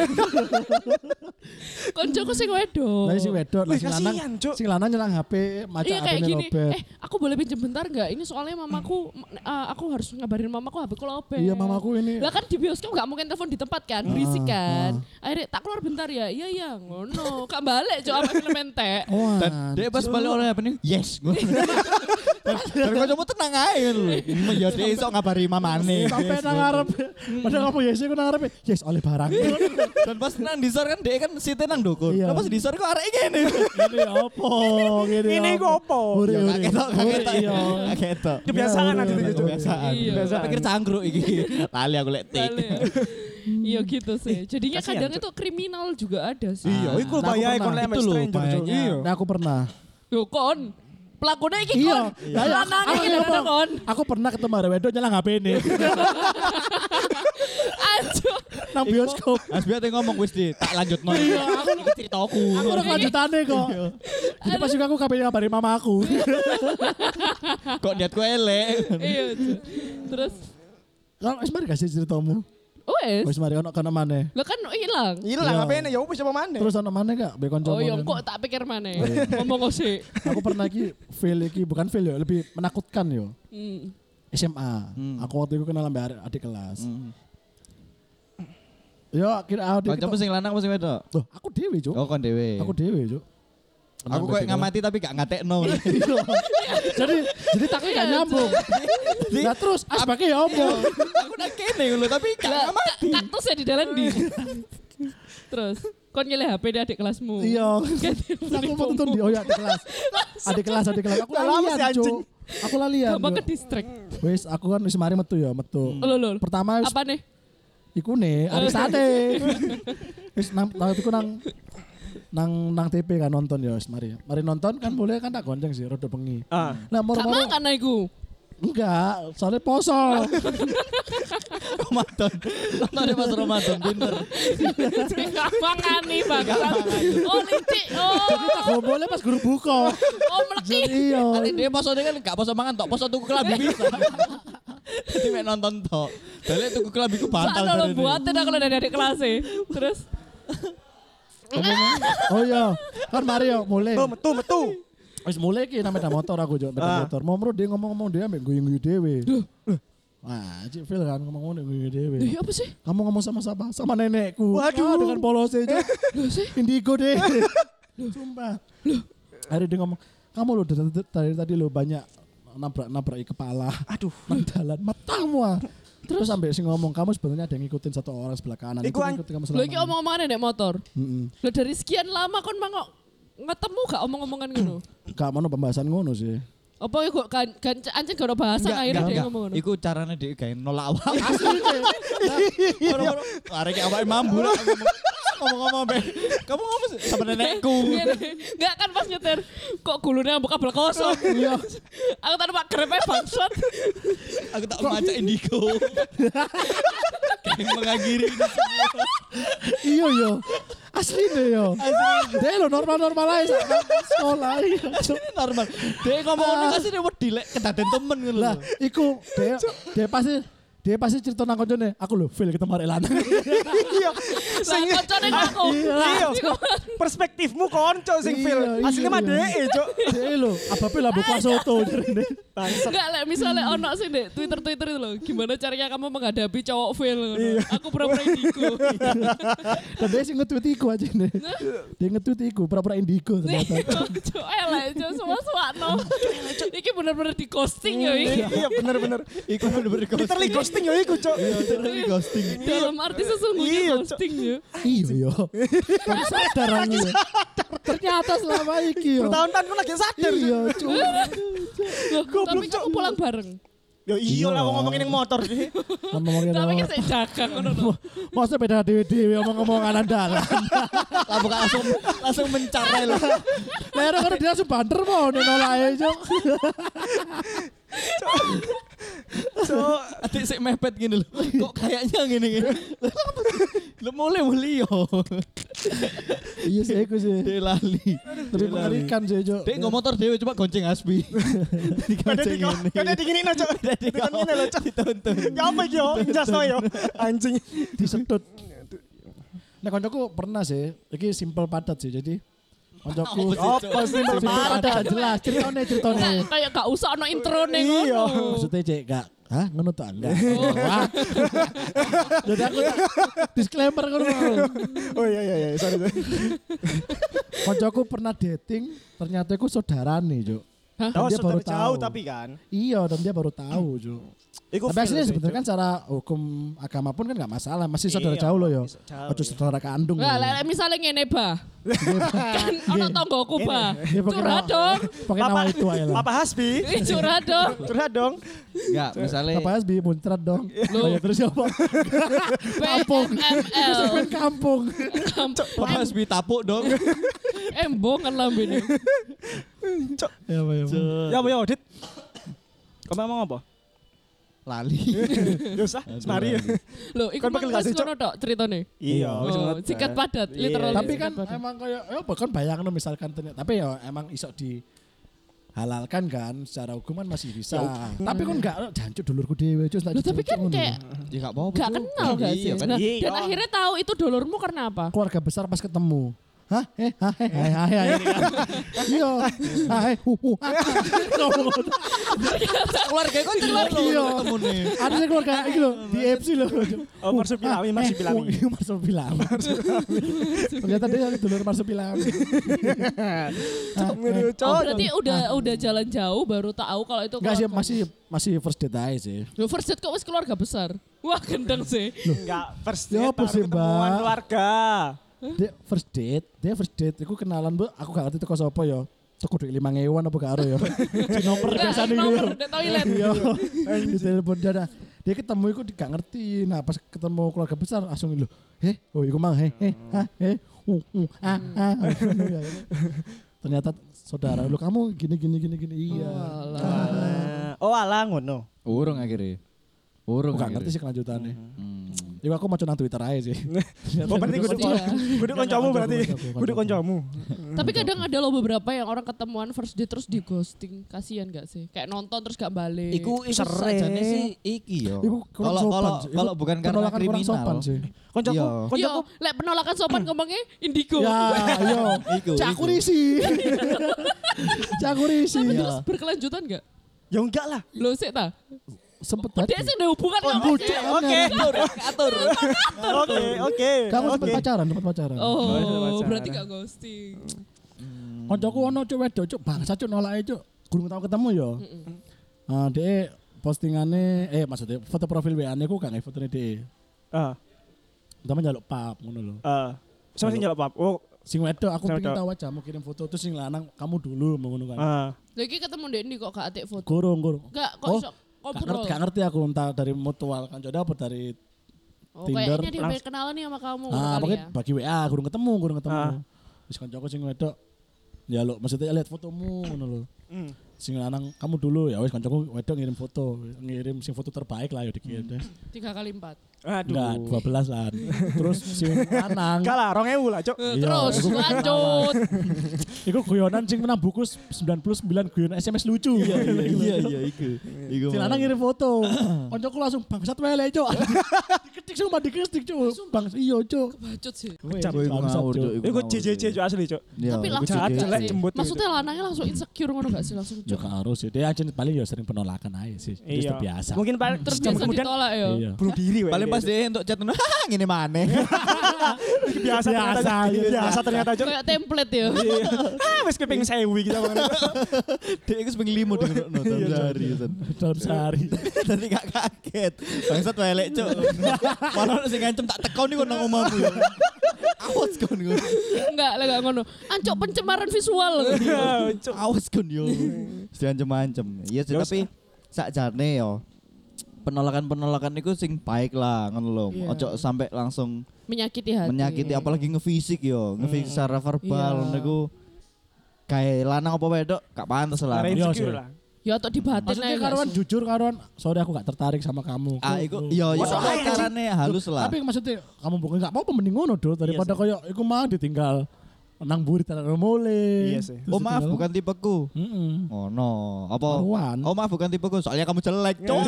[SPEAKER 1] Koncoku sing wedo.
[SPEAKER 4] Lah si wedok, lah
[SPEAKER 2] Wih,
[SPEAKER 4] si lanang.
[SPEAKER 2] kasihan, Cuk.
[SPEAKER 4] Si lanang nyelang HP macam
[SPEAKER 1] Iya kayak
[SPEAKER 4] HP
[SPEAKER 1] gini.
[SPEAKER 4] lobet.
[SPEAKER 1] Eh, aku boleh pinjem bentar nggak? Ini soalnya mamaku, eh, aku harus ngabarin mamaku HP ku lobet.
[SPEAKER 4] Iya mamaku Ah, ini.
[SPEAKER 1] Lah kan di bioskop nggak mungkin telepon di tempat kan, berisik kan. Akhirnya tak keluar bentar ya. Iya iya, ngono. Kak balik coba film entek.
[SPEAKER 4] Wah.
[SPEAKER 3] Dan dia pas balik oleh apa nih? (laughs) Yes. Dari kau coba tenang aja lu.
[SPEAKER 4] (laughs)
[SPEAKER 3] Ya dia iso ngabari mamane.
[SPEAKER 4] Sampai nang ngarep. Padahal kamu yes aku nang ngarep. Yes oleh barang.
[SPEAKER 3] Dan pas nang disor kan dia kan site nang dukun.
[SPEAKER 4] Iya.
[SPEAKER 3] Lah pas disor kok arek ngene.
[SPEAKER 4] Ini apa? Gini
[SPEAKER 2] Ini
[SPEAKER 4] apa?
[SPEAKER 2] gopo.
[SPEAKER 4] Uri,
[SPEAKER 3] Ya
[SPEAKER 4] uri.
[SPEAKER 3] kaget tok, kaget tok.
[SPEAKER 4] Iya.
[SPEAKER 3] Kaget tok.
[SPEAKER 2] Kebiasaan
[SPEAKER 4] Iya,
[SPEAKER 2] ada
[SPEAKER 4] iya,
[SPEAKER 2] itu. Cuk.
[SPEAKER 3] Kebiasaan.
[SPEAKER 1] Iya.
[SPEAKER 3] Kebiasaan pikir cangkruk
[SPEAKER 4] (laughs)
[SPEAKER 3] iki. Lali aku lek tik.
[SPEAKER 1] Balik. Iya gitu sih. Jadinya
[SPEAKER 2] kasihan,
[SPEAKER 1] kadang
[SPEAKER 2] Cuk.
[SPEAKER 1] itu kriminal juga ada sih.
[SPEAKER 3] Iya,
[SPEAKER 2] Iya, iku
[SPEAKER 4] Nah, aku
[SPEAKER 2] bahaya
[SPEAKER 4] pernah.
[SPEAKER 2] kon lek
[SPEAKER 3] Itu loh,
[SPEAKER 2] stranger. Cuk.
[SPEAKER 3] bahayanya.
[SPEAKER 2] Iya.
[SPEAKER 4] Nah, aku pernah.
[SPEAKER 1] Loh kon, pelakunya iki
[SPEAKER 4] Iya.
[SPEAKER 1] kon.
[SPEAKER 4] Lah, iya,
[SPEAKER 1] Lanangnya
[SPEAKER 4] aku-
[SPEAKER 1] iki
[SPEAKER 4] aku-
[SPEAKER 1] lho, kon.
[SPEAKER 4] Aku pernah ketemu ada wedok nyelang HP ini.
[SPEAKER 1] Anjir.
[SPEAKER 4] Nang bioskop.
[SPEAKER 3] Asbi ate ngomong wis di tak lanjutno. Iya, aku iki ceritaku.
[SPEAKER 4] Aku orang lanjutannya kok. Jadi pas juga aku kabeh ngabarin mama aku.
[SPEAKER 3] Kok niatku elek.
[SPEAKER 1] Iya. Cuk. Terus
[SPEAKER 4] Lah, wis mari kasih ceritamu.
[SPEAKER 1] wes.
[SPEAKER 4] Wis mari ono kono maneh.
[SPEAKER 1] Lah kan hilang.
[SPEAKER 2] Hilang
[SPEAKER 4] Iya.
[SPEAKER 2] HP-ne ya wis apa maneh.
[SPEAKER 4] Terus ono maneh gak be kanca
[SPEAKER 1] Oh iya,
[SPEAKER 4] maneh?
[SPEAKER 1] kok tak pikir mana?
[SPEAKER 4] Iya.
[SPEAKER 1] Ngomong sih.
[SPEAKER 4] Aku pernah iki fail iki bukan fail ya, lebih menakutkan yo.
[SPEAKER 1] Hmm.
[SPEAKER 4] SMA.
[SPEAKER 3] Hmm.
[SPEAKER 4] Aku waktu itu kenal sama adik kelas. Yo, kira adik.
[SPEAKER 3] Kancamu sing lanang apa sing wedok?
[SPEAKER 4] Loh, aku dewe, Cuk.
[SPEAKER 3] Oh kon dhewe.
[SPEAKER 4] Aku dewe, Cuk.
[SPEAKER 3] Aku
[SPEAKER 4] Kenal
[SPEAKER 3] kayak
[SPEAKER 4] adik
[SPEAKER 3] ngamati tapi gak ngatekno.
[SPEAKER 4] kelas. (laughs) jadi jadi takut gak nyambung. Nah terus asbaknya ya omong.
[SPEAKER 3] Aku udah kene ngono tapi gak
[SPEAKER 1] Lah, ka- kaktus ya di dalam di. Terus, kon nyilih HP di adik kelasmu.
[SPEAKER 4] Iya.
[SPEAKER 1] Ganti
[SPEAKER 4] Terus Aku
[SPEAKER 1] beli
[SPEAKER 4] mau
[SPEAKER 1] bumbu.
[SPEAKER 4] tonton di oh ya adik kelas. Adik kelas, adik kelas. Aku
[SPEAKER 2] Lah, lama
[SPEAKER 4] lalian,
[SPEAKER 2] sih, anjing.
[SPEAKER 4] Cuk. Aku lalian.
[SPEAKER 1] Gampang ke
[SPEAKER 4] Cuk.
[SPEAKER 1] distrik.
[SPEAKER 4] Wis, aku kan wis mari metu ya, metu.
[SPEAKER 1] Loh, loh.
[SPEAKER 4] Pertama wis
[SPEAKER 1] Apa nih?
[SPEAKER 4] iku ne arek sate. (laughs) Wis nang waktu iku nang nang nang TP kan nonton ya wis mari. Mari nonton kan boleh kan tak gonceng sih rada bengi.
[SPEAKER 2] Ah.
[SPEAKER 1] Gak
[SPEAKER 4] Nah, moro-moro
[SPEAKER 1] makan aku.
[SPEAKER 4] enggak, soalnya
[SPEAKER 1] (laughs)
[SPEAKER 4] poso.
[SPEAKER 3] Ramadan. Nontonnya pas Ramadan pinter.
[SPEAKER 1] Gak makan nih, bangsa. Oh, licik. Oh,
[SPEAKER 4] Gak boleh pas guru buka.
[SPEAKER 1] oh meleki.
[SPEAKER 4] Jadi iya.
[SPEAKER 3] Tapi dia poso dia kan gak poso mangan tok, poso tuku kelambi bisa. Jadi Iya. mek nonton tok. Dale tuku kelambi ku batal
[SPEAKER 1] Sana lo
[SPEAKER 3] dari
[SPEAKER 1] buatin aku lo dari adik kelas sih. Terus,
[SPEAKER 4] Oh iya, kan Mario mulai.
[SPEAKER 2] Tuh metu metu.
[SPEAKER 4] Wis mulai ki nang sepeda motor aku jok
[SPEAKER 2] Oh, Ah.
[SPEAKER 4] sepeda motor. Momro dia ngomong-ngomong dia ambek guyu-guyu dhewe. Wah, Cik Phil kan ngomong-ngomong ambek guyu dhewe.
[SPEAKER 1] Duh, iya apa sih?
[SPEAKER 4] Kamu ngomong sama siapa? Sama nenekku.
[SPEAKER 2] Waduh.
[SPEAKER 4] Wah, dengan polosnya aja.
[SPEAKER 1] Loh sih?
[SPEAKER 4] Indigo deh. (laughs) Sumpah. Akhirnya dia ngomong, kamu lo dari, dari tadi lo banyak nabrak-nabrak kepala.
[SPEAKER 2] Aduh.
[SPEAKER 4] (laughs) Nang dalan matamu ah. Terus sampai sih ngomong kamu sebenarnya ada yang ngikutin satu orang sebelah kanan. Itu
[SPEAKER 2] Iku an-
[SPEAKER 4] ngikutin kamu
[SPEAKER 1] Lo
[SPEAKER 4] selama.
[SPEAKER 1] ini omong-omongan adik motor.
[SPEAKER 4] Mm-mm.
[SPEAKER 1] Lo dari sekian lama kon mangok ngetemu gak omong-omongan gitu?
[SPEAKER 4] Gak mau pembahasan ngono sih.
[SPEAKER 1] Apa ya kok kan kan anjing gak ada bahasa
[SPEAKER 3] Enggak,
[SPEAKER 1] akhirnya
[SPEAKER 3] enggak,
[SPEAKER 1] dia
[SPEAKER 3] enggak.
[SPEAKER 1] ngomong ngono.
[SPEAKER 3] Iku caranya dia kayak nolak awak. Iya, Asli (laughs) deh. Arek awake mambu lah. Ngomong-ngomong be. Kamu ngomong sama
[SPEAKER 1] (laughs)
[SPEAKER 3] nenekku.
[SPEAKER 1] Enggak kan pas nyetir kok gulunnya buka kabel kosong.
[SPEAKER 4] Iya.
[SPEAKER 1] Aku tadi pak grepe bangsat.
[SPEAKER 3] Aku tak maca (laughs) indigo. Kayak mengakhiri ini semua.
[SPEAKER 4] iya yo. Asli deh yo. Deh lo normal-normal aja. sama Sekolah. iya.
[SPEAKER 3] Ini normal. Dia ngomong ngono kasih dia wedi lek kedaden temen gitu ngono.
[SPEAKER 4] Ah. Lah, iku dia dia pasti dia pasti cerita nang koncone, aku lho feel ketemu arek (laughs) lanang.
[SPEAKER 2] (laughs) Iya.
[SPEAKER 1] Lah
[SPEAKER 2] Sing
[SPEAKER 1] koncone aku.
[SPEAKER 2] Iya. Perspektifmu konco sing
[SPEAKER 4] Iya,
[SPEAKER 2] feel.
[SPEAKER 4] iya,
[SPEAKER 2] Aslinya mah
[SPEAKER 4] iya.
[SPEAKER 2] dhek, Cuk.
[SPEAKER 4] Dek "Eh, lho, abape lah buka soto jerene.
[SPEAKER 2] Bangsat.
[SPEAKER 1] Enggak lah misalnya ono sih deh Twitter-Twitter itu loh. Gimana caranya kamu menghadapi cowok fail ngono.
[SPEAKER 2] Iya.
[SPEAKER 1] Aku pura-pura indigo.
[SPEAKER 4] Dan dia sih nge-tweet iku aja nih. Dia nge-tweet iku, pura-pura indigo ternyata.
[SPEAKER 1] Cok elek cok semua suwakno. Iki bener-bener di ghosting ya iki.
[SPEAKER 2] Iya bener-bener.
[SPEAKER 3] Iku bener-bener
[SPEAKER 2] Literally ghosting ya iku, Cuk.
[SPEAKER 4] Iya,
[SPEAKER 3] Literally ghosting.
[SPEAKER 1] Dalam arti sesungguhnya
[SPEAKER 2] Iya, Cok.
[SPEAKER 1] ghosting ya.
[SPEAKER 4] Iya yo. Kan sadar aku ya. Ternyata selama iki yo.
[SPEAKER 2] Bertahun-tahun aku lagi sadar.
[SPEAKER 4] Iya, cuy.
[SPEAKER 1] Loh,
[SPEAKER 2] Goblok,
[SPEAKER 1] Tapi kamu
[SPEAKER 2] Cok.
[SPEAKER 1] pulang bareng.
[SPEAKER 2] Ya iya
[SPEAKER 4] Iya.
[SPEAKER 2] lah ngomongin yang motor sih.
[SPEAKER 4] Ngomongin
[SPEAKER 1] Tapi kan
[SPEAKER 4] apa?
[SPEAKER 1] saya jaga ngono loh.
[SPEAKER 4] oh. Maksudnya beda dewe-dewe omong-omongan andalan.
[SPEAKER 3] Lah bukan langsung langsung mencapai lah.
[SPEAKER 4] Lah kan dia langsung banter mau nolak aja. Cuk.
[SPEAKER 2] So,
[SPEAKER 3] Adik sik mepet gini loh. Kok kayaknya gini gini. Lu mule muli yo.
[SPEAKER 4] Iya sih aku sih.
[SPEAKER 3] Dek lali.
[SPEAKER 4] Lebih mengerikan sih, Jo.
[SPEAKER 3] Dek nggak motor dhewe coba gonceng Asbi.
[SPEAKER 2] Kada di kada di gini no cok. Kan ngene lho cok. Ya apa iki yo? Jas no yo. Anjing.
[SPEAKER 4] disedot. Nah, koncoku pernah sih. Iki simple padat sih. Jadi koncoku
[SPEAKER 3] Apa
[SPEAKER 4] sih simple padat jelas. Ceritane ceritane.
[SPEAKER 1] Nggak, kayak gak usah no intro nih
[SPEAKER 2] Iya.
[SPEAKER 4] Maksudnya cek gak Hah, ngono tak enggak. Wah. Jadi aku tak disclaimer ngono.
[SPEAKER 2] Oh iya iya iya sorry. sorry.
[SPEAKER 4] Koncoku pernah dating, ternyata aku saudarane, Jo. Dan
[SPEAKER 2] Oh,
[SPEAKER 4] dia baru
[SPEAKER 2] saudara
[SPEAKER 4] tahu.
[SPEAKER 2] jauh tapi kan.
[SPEAKER 4] Iya, dan dia baru tahu, Jo.
[SPEAKER 2] Iku
[SPEAKER 4] Tapi aslinya
[SPEAKER 2] feel sih,
[SPEAKER 4] sebenarnya kan
[SPEAKER 2] Cok.
[SPEAKER 4] cara hukum agama pun kan gak masalah, masih saudara
[SPEAKER 2] Iya,
[SPEAKER 4] jauh loh yo.
[SPEAKER 2] masih jauh,
[SPEAKER 4] Ojo
[SPEAKER 2] iya.
[SPEAKER 4] saudara kandung.
[SPEAKER 1] Lah,
[SPEAKER 4] loh.
[SPEAKER 1] lah, lah, misalnya ngene ba. kan ono tonggoku ba.
[SPEAKER 4] Dia pakai
[SPEAKER 1] Curhat
[SPEAKER 4] nama-
[SPEAKER 1] dong.
[SPEAKER 4] Pakai nama
[SPEAKER 2] Papa-
[SPEAKER 4] itu aja lah.
[SPEAKER 2] Papa Hasbi.
[SPEAKER 1] Ih, curhat dong.
[SPEAKER 2] Curhat dong.
[SPEAKER 3] Enggak, misalnya
[SPEAKER 4] Papa SBY muncrat dong. Oh ya terus apa?
[SPEAKER 1] BNML.
[SPEAKER 4] (laughs) Kan (laughs) kampung.
[SPEAKER 3] Papa Asbi tapuk dong.
[SPEAKER 1] Eh, Embongan lambene.
[SPEAKER 2] Cok.
[SPEAKER 4] Ya apa ya. apa.
[SPEAKER 2] Ya apa ya Dit? Kamu ngomong (laughs) apa?
[SPEAKER 3] Lali.
[SPEAKER 2] Ya usah, semari ya.
[SPEAKER 1] Loh, iku
[SPEAKER 2] Kan pakai
[SPEAKER 1] mang
[SPEAKER 2] nggak
[SPEAKER 1] wis
[SPEAKER 2] sih, Cok?
[SPEAKER 1] ngono tok ceritane.
[SPEAKER 2] Iya. wis
[SPEAKER 1] Oh,
[SPEAKER 2] ngeliat.
[SPEAKER 1] sikat padat,
[SPEAKER 2] Iya.
[SPEAKER 1] literally.
[SPEAKER 4] Tapi
[SPEAKER 1] sikat
[SPEAKER 4] kan
[SPEAKER 1] padat.
[SPEAKER 4] emang kayak ya bahkan bayangno misalkan ternyata tapi ya emang iso di halalkan kan secara hukuman masih bisa. tapi kan enggak jancuk dulurku dhewe cus tak
[SPEAKER 1] Loh, tapi kan
[SPEAKER 4] dicucuk
[SPEAKER 1] kayak
[SPEAKER 4] ngono.
[SPEAKER 3] Ya enggak apa-apa.
[SPEAKER 1] gak
[SPEAKER 3] Cuk.
[SPEAKER 1] kenal gak sih?
[SPEAKER 3] Iya, kan
[SPEAKER 1] Nah,
[SPEAKER 2] iya.
[SPEAKER 1] dan akhirnya tahu itu dolormu karena apa?
[SPEAKER 4] keluarga besar pas ketemu. Hah? Eh, hah, eh, hai, hai, hai. ini kan. Iya. Hai, hu, hu, ha, ha. Ngomong.
[SPEAKER 3] keluarga kan jelas
[SPEAKER 4] Iya.
[SPEAKER 3] loh ketemune.
[SPEAKER 4] Ada sih keluarga iki lho, di EFC lho.
[SPEAKER 2] Oh, marsupilami, marsupilami.
[SPEAKER 4] Eh, (laughs) iya, marsupilami. Ternyata dia dulur marsupilami.
[SPEAKER 2] (laughs) Cok, ngeri,
[SPEAKER 1] Oh,
[SPEAKER 2] Cok.
[SPEAKER 1] berarti udah udah jalan jauh baru tahu kalau itu
[SPEAKER 4] Enggak sih
[SPEAKER 1] keluarga.
[SPEAKER 4] masih masih first date aja sih.
[SPEAKER 1] Loh, first date kok wis keluarga besar. Wah, gendeng sih.
[SPEAKER 2] Enggak, first
[SPEAKER 4] Ya
[SPEAKER 2] date
[SPEAKER 4] apa
[SPEAKER 2] baru
[SPEAKER 4] sih,
[SPEAKER 2] ketemuan
[SPEAKER 4] Mbak?
[SPEAKER 2] keluarga.
[SPEAKER 4] Dia first date, dia first date aku kenalan bu, aku gak ngerti teko sapa ya. Teko duit 5000 apa gak aro ya. Si nomor
[SPEAKER 1] Enggak,
[SPEAKER 4] biasane
[SPEAKER 1] nomor
[SPEAKER 4] gitu.
[SPEAKER 1] di toilet. (laughs)
[SPEAKER 4] Iya. Di telepon dia nah. Dia ketemu iku gak ngerti. Nah, pas ketemu keluarga besar langsung lho, "Heh, oh iku mang heh, heh, hah, heh, uh, uh, ah, ah." (laughs) Ternyata saudara lu kamu gini gini gini gini iya.
[SPEAKER 2] Alah. Oh, ala ngono.
[SPEAKER 3] Urung akhirnya. Urung
[SPEAKER 4] Aku gak
[SPEAKER 3] akhirnya. Hmm.
[SPEAKER 4] ngerti sih kelanjutannya. Iku Ya, aku mau nang Twitter aja
[SPEAKER 3] (laughs)
[SPEAKER 4] sih.
[SPEAKER 2] Oh, berarti kudu
[SPEAKER 1] Iya.
[SPEAKER 2] kudu kancamu berarti.
[SPEAKER 4] Kancamu,
[SPEAKER 2] Kudu kancamu.
[SPEAKER 1] Tapi
[SPEAKER 4] Hmm,
[SPEAKER 1] kadang ada loh beberapa yang orang ketemuan first date terus di ghosting. Kasihan gak sih? Kayak nonton terus gak balik.
[SPEAKER 3] Iku iku
[SPEAKER 2] Sering.
[SPEAKER 3] sajane sih iki yo.
[SPEAKER 4] Iku kurang
[SPEAKER 3] Kalau
[SPEAKER 4] sopan
[SPEAKER 3] kalau
[SPEAKER 4] sih. Iku
[SPEAKER 3] kalau bukan karena
[SPEAKER 4] penolakan kurang sopan
[SPEAKER 3] kriminal.
[SPEAKER 4] sih.
[SPEAKER 2] Kancaku,
[SPEAKER 3] Iya.
[SPEAKER 2] kancaku.
[SPEAKER 1] Yo, lek penolakan sopan ngomongnya indigo.
[SPEAKER 4] Hmm. Ya,
[SPEAKER 1] (laughs)
[SPEAKER 4] ayo.
[SPEAKER 3] Oh, Iku.
[SPEAKER 4] Cakur
[SPEAKER 3] iku. (laughs)
[SPEAKER 4] isi. Cakur isi.
[SPEAKER 1] Tapi
[SPEAKER 4] Ya.
[SPEAKER 1] terus berkelanjutan gak?
[SPEAKER 2] Ya enggak lah.
[SPEAKER 1] Loh, sik ta?
[SPEAKER 4] Sempet
[SPEAKER 1] Dia
[SPEAKER 4] tadi.
[SPEAKER 1] sih ada hubungan ya,
[SPEAKER 2] Oh,
[SPEAKER 1] sama
[SPEAKER 2] budek.
[SPEAKER 1] sih.
[SPEAKER 2] Oke. Atur. Oke, oke.
[SPEAKER 4] Kamu
[SPEAKER 2] oke.
[SPEAKER 4] sempet pacaran, sempet pacaran.
[SPEAKER 1] Oh, berarti gak ghosting.
[SPEAKER 4] Koncoku ono cuk wedok cuk bangsa cuk nolak cuk. Gurung tau ketemu yo. Ah, dia postingane eh maksudnya foto profil WA-ne ku gak nge fotone dia.
[SPEAKER 2] Ah,
[SPEAKER 4] Utama njaluk pap ngono lho.
[SPEAKER 2] ah. Sama sih njaluk pap. Oh,
[SPEAKER 4] Sing wedok aku
[SPEAKER 2] Sing
[SPEAKER 4] pengen
[SPEAKER 2] wedok.
[SPEAKER 4] tahu aja mau kirim foto terus sing lanang kamu dulu mau ngono kan.
[SPEAKER 2] ah.
[SPEAKER 1] Lagi ketemu Dek ini kok gak atik foto.
[SPEAKER 4] Gurung, gurung.
[SPEAKER 1] Enggak, kok
[SPEAKER 4] Oh,
[SPEAKER 1] iso
[SPEAKER 4] Gak
[SPEAKER 1] ngobrol.
[SPEAKER 4] ngerti, gak ngerti aku entah dari mutual kan jodoh apa dari
[SPEAKER 1] Oh,
[SPEAKER 4] Tinder,
[SPEAKER 1] kayaknya dia
[SPEAKER 2] langsung-
[SPEAKER 1] pengen kenalan nih sama kamu.
[SPEAKER 4] ah
[SPEAKER 1] kali
[SPEAKER 4] pokoknya
[SPEAKER 1] ya.
[SPEAKER 4] bagi WA kurang ketemu kurang ketemu.
[SPEAKER 2] Ah.
[SPEAKER 4] Terus kancaku sing wedok ya lo maksudnya lihat fotomu ngono lho.
[SPEAKER 2] Hmm.
[SPEAKER 4] Sing lanang kamu dulu ya wis kancaku wedok ngirim foto, ngirim sing foto terbaik lah ya dikirim
[SPEAKER 3] Hmm.
[SPEAKER 4] deh.
[SPEAKER 1] Tiga kali empat.
[SPEAKER 4] Enggak,
[SPEAKER 2] Aduh.
[SPEAKER 4] 12 lah. Terus sing lanang
[SPEAKER 2] Enggak lah, 2000 lah, Cok.
[SPEAKER 1] Eh,
[SPEAKER 4] Iya,
[SPEAKER 1] Terus
[SPEAKER 4] aku-
[SPEAKER 1] lanjut.
[SPEAKER 4] iku guyonan sing menang buku 99 guyonan SMS lucu.
[SPEAKER 3] Iya iya iya iya iku. Iku.
[SPEAKER 4] Si lanang ngirim
[SPEAKER 3] (clears throat)
[SPEAKER 4] foto. Koncoku langsung bangsat wele, Cuk. (laughs) Diketik sumpah diketik, Cuk. Bang, iya, Cuk.
[SPEAKER 1] Bacut sih.
[SPEAKER 3] Iku ngawur, Cuk,
[SPEAKER 2] Iku
[SPEAKER 3] ngawur,
[SPEAKER 2] JJJ
[SPEAKER 3] Cuk.
[SPEAKER 2] Cuk asli, Cuk.
[SPEAKER 3] Iya,
[SPEAKER 4] Nah,
[SPEAKER 1] Tapi
[SPEAKER 3] iku
[SPEAKER 1] langsung
[SPEAKER 2] jahat,
[SPEAKER 1] gak
[SPEAKER 3] JJJ.
[SPEAKER 2] jelek,
[SPEAKER 1] sih?
[SPEAKER 2] jembut gitu.
[SPEAKER 1] Maksudnya lanangnya langsung insecure ngono gak sih langsung cok.
[SPEAKER 4] Ya gak harus ya. Dia aja paling ya sering penolakan aja sih. Terus terbiasa.
[SPEAKER 2] Iya. Mungkin paling
[SPEAKER 1] Terus
[SPEAKER 2] jam
[SPEAKER 1] biasa
[SPEAKER 2] kemudian
[SPEAKER 1] ditolak ya.
[SPEAKER 4] Iya.
[SPEAKER 2] bunuh diri weh.
[SPEAKER 3] Paling pas dia untuk chat "Hah, ngene maneh.
[SPEAKER 4] Biasa,
[SPEAKER 2] biasa ternyata
[SPEAKER 4] iya.
[SPEAKER 2] biasa ternyata Cuk.
[SPEAKER 1] Kayak template ya.
[SPEAKER 2] (laughs) Iya. Ah, wis keping sewu gitu.
[SPEAKER 3] (laughs) Dia iku sing limo dengan no dalam sehari. Sen.
[SPEAKER 4] Dalam sehari.
[SPEAKER 3] Tadi gak kaget. Bangsat welek, Cuk. Malah ono sing ngancem tak tekon iku nang omahku ya. Awas kon yo.
[SPEAKER 1] (laughs) Enggak, lah enggak ngono. Ancok pencemaran visual.
[SPEAKER 2] Cuk.
[SPEAKER 3] Awas kon yo. Jangan ancem-ancem. Iya sih,
[SPEAKER 2] Ya wis.
[SPEAKER 3] tapi sakjane yo penolakan-penolakan itu sing baik lah ngono lho.
[SPEAKER 1] Iya.
[SPEAKER 3] Ojo sampai langsung
[SPEAKER 1] Menyakiti hati.
[SPEAKER 3] menyakiti apalagi ngefisik yo, ngefisik secara verbal
[SPEAKER 1] Iya.
[SPEAKER 3] niku kayak lanang apa wedok gak pantas lah.
[SPEAKER 2] Karena
[SPEAKER 4] Iya, sih.
[SPEAKER 2] insecure lah.
[SPEAKER 1] Ya atau dibatin
[SPEAKER 4] Maksudnya
[SPEAKER 1] aja nggak (laughs)
[SPEAKER 4] karuan
[SPEAKER 1] sih?
[SPEAKER 4] jujur karuan, sorry aku gak tertarik sama kamu.
[SPEAKER 3] Ah,
[SPEAKER 4] Ku-
[SPEAKER 3] iku
[SPEAKER 4] ku-
[SPEAKER 3] yo yo
[SPEAKER 2] Masuk akal sih.
[SPEAKER 3] carane halus lah. Iya
[SPEAKER 4] Tapi maksudnya kamu bukan gak apa-apa mending ngono dulu daripada koyo iku mah ditinggal nang buri tenan mule.
[SPEAKER 2] Iya sih.
[SPEAKER 3] Oh maaf bukan tipeku. (laughs)
[SPEAKER 4] Heeh.
[SPEAKER 3] Oh no, apa?
[SPEAKER 4] Karuan.
[SPEAKER 3] Oh maaf bukan tipeku, soalnya kamu jelek,
[SPEAKER 2] Iya.
[SPEAKER 3] cok.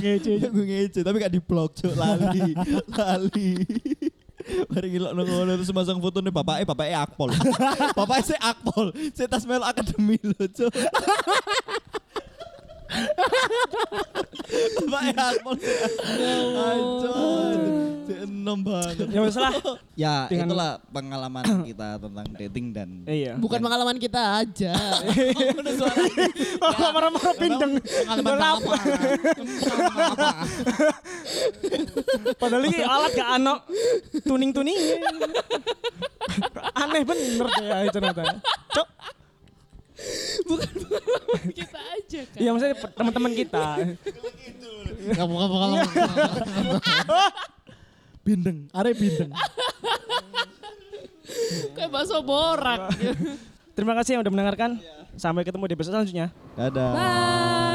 [SPEAKER 3] Iya, Gue ngece, tapi gak di blog cok, (laughs) lali, lali. Mari ngilok nongol terus masang foto nih bapaknya, bapaknya (laughs) akpol. bapaknya saya akpol, saya tas melo akademi lo (laughs) cok. bapaknya akpol, hancur. Saya enom banget.
[SPEAKER 2] Ya wes lah.
[SPEAKER 3] Ya
[SPEAKER 2] Dengan-
[SPEAKER 3] itulah pengalaman kita tentang dating dan
[SPEAKER 2] Iya.
[SPEAKER 1] Bukan pengalaman kita aja.
[SPEAKER 2] Kok marah-marah pindeng.
[SPEAKER 1] pengalaman
[SPEAKER 2] Lha apa?
[SPEAKER 1] Pengalaman apa?
[SPEAKER 2] Padahal ini alat gak ano tuning-tuning. Aneh bener ya ternyata. Cok.
[SPEAKER 1] Bukan pengalaman kita aja kan.
[SPEAKER 2] Iya maksudnya teman-teman
[SPEAKER 4] (laughs)
[SPEAKER 2] kita.
[SPEAKER 4] Kamu kamu kamu. (laughs) Bindeng, are bindeng.
[SPEAKER 1] Kayak bakso borak.
[SPEAKER 2] Terima kasih yang udah mendengarkan. Sampai ketemu di episode selanjutnya.
[SPEAKER 3] dadah.
[SPEAKER 1] Bye.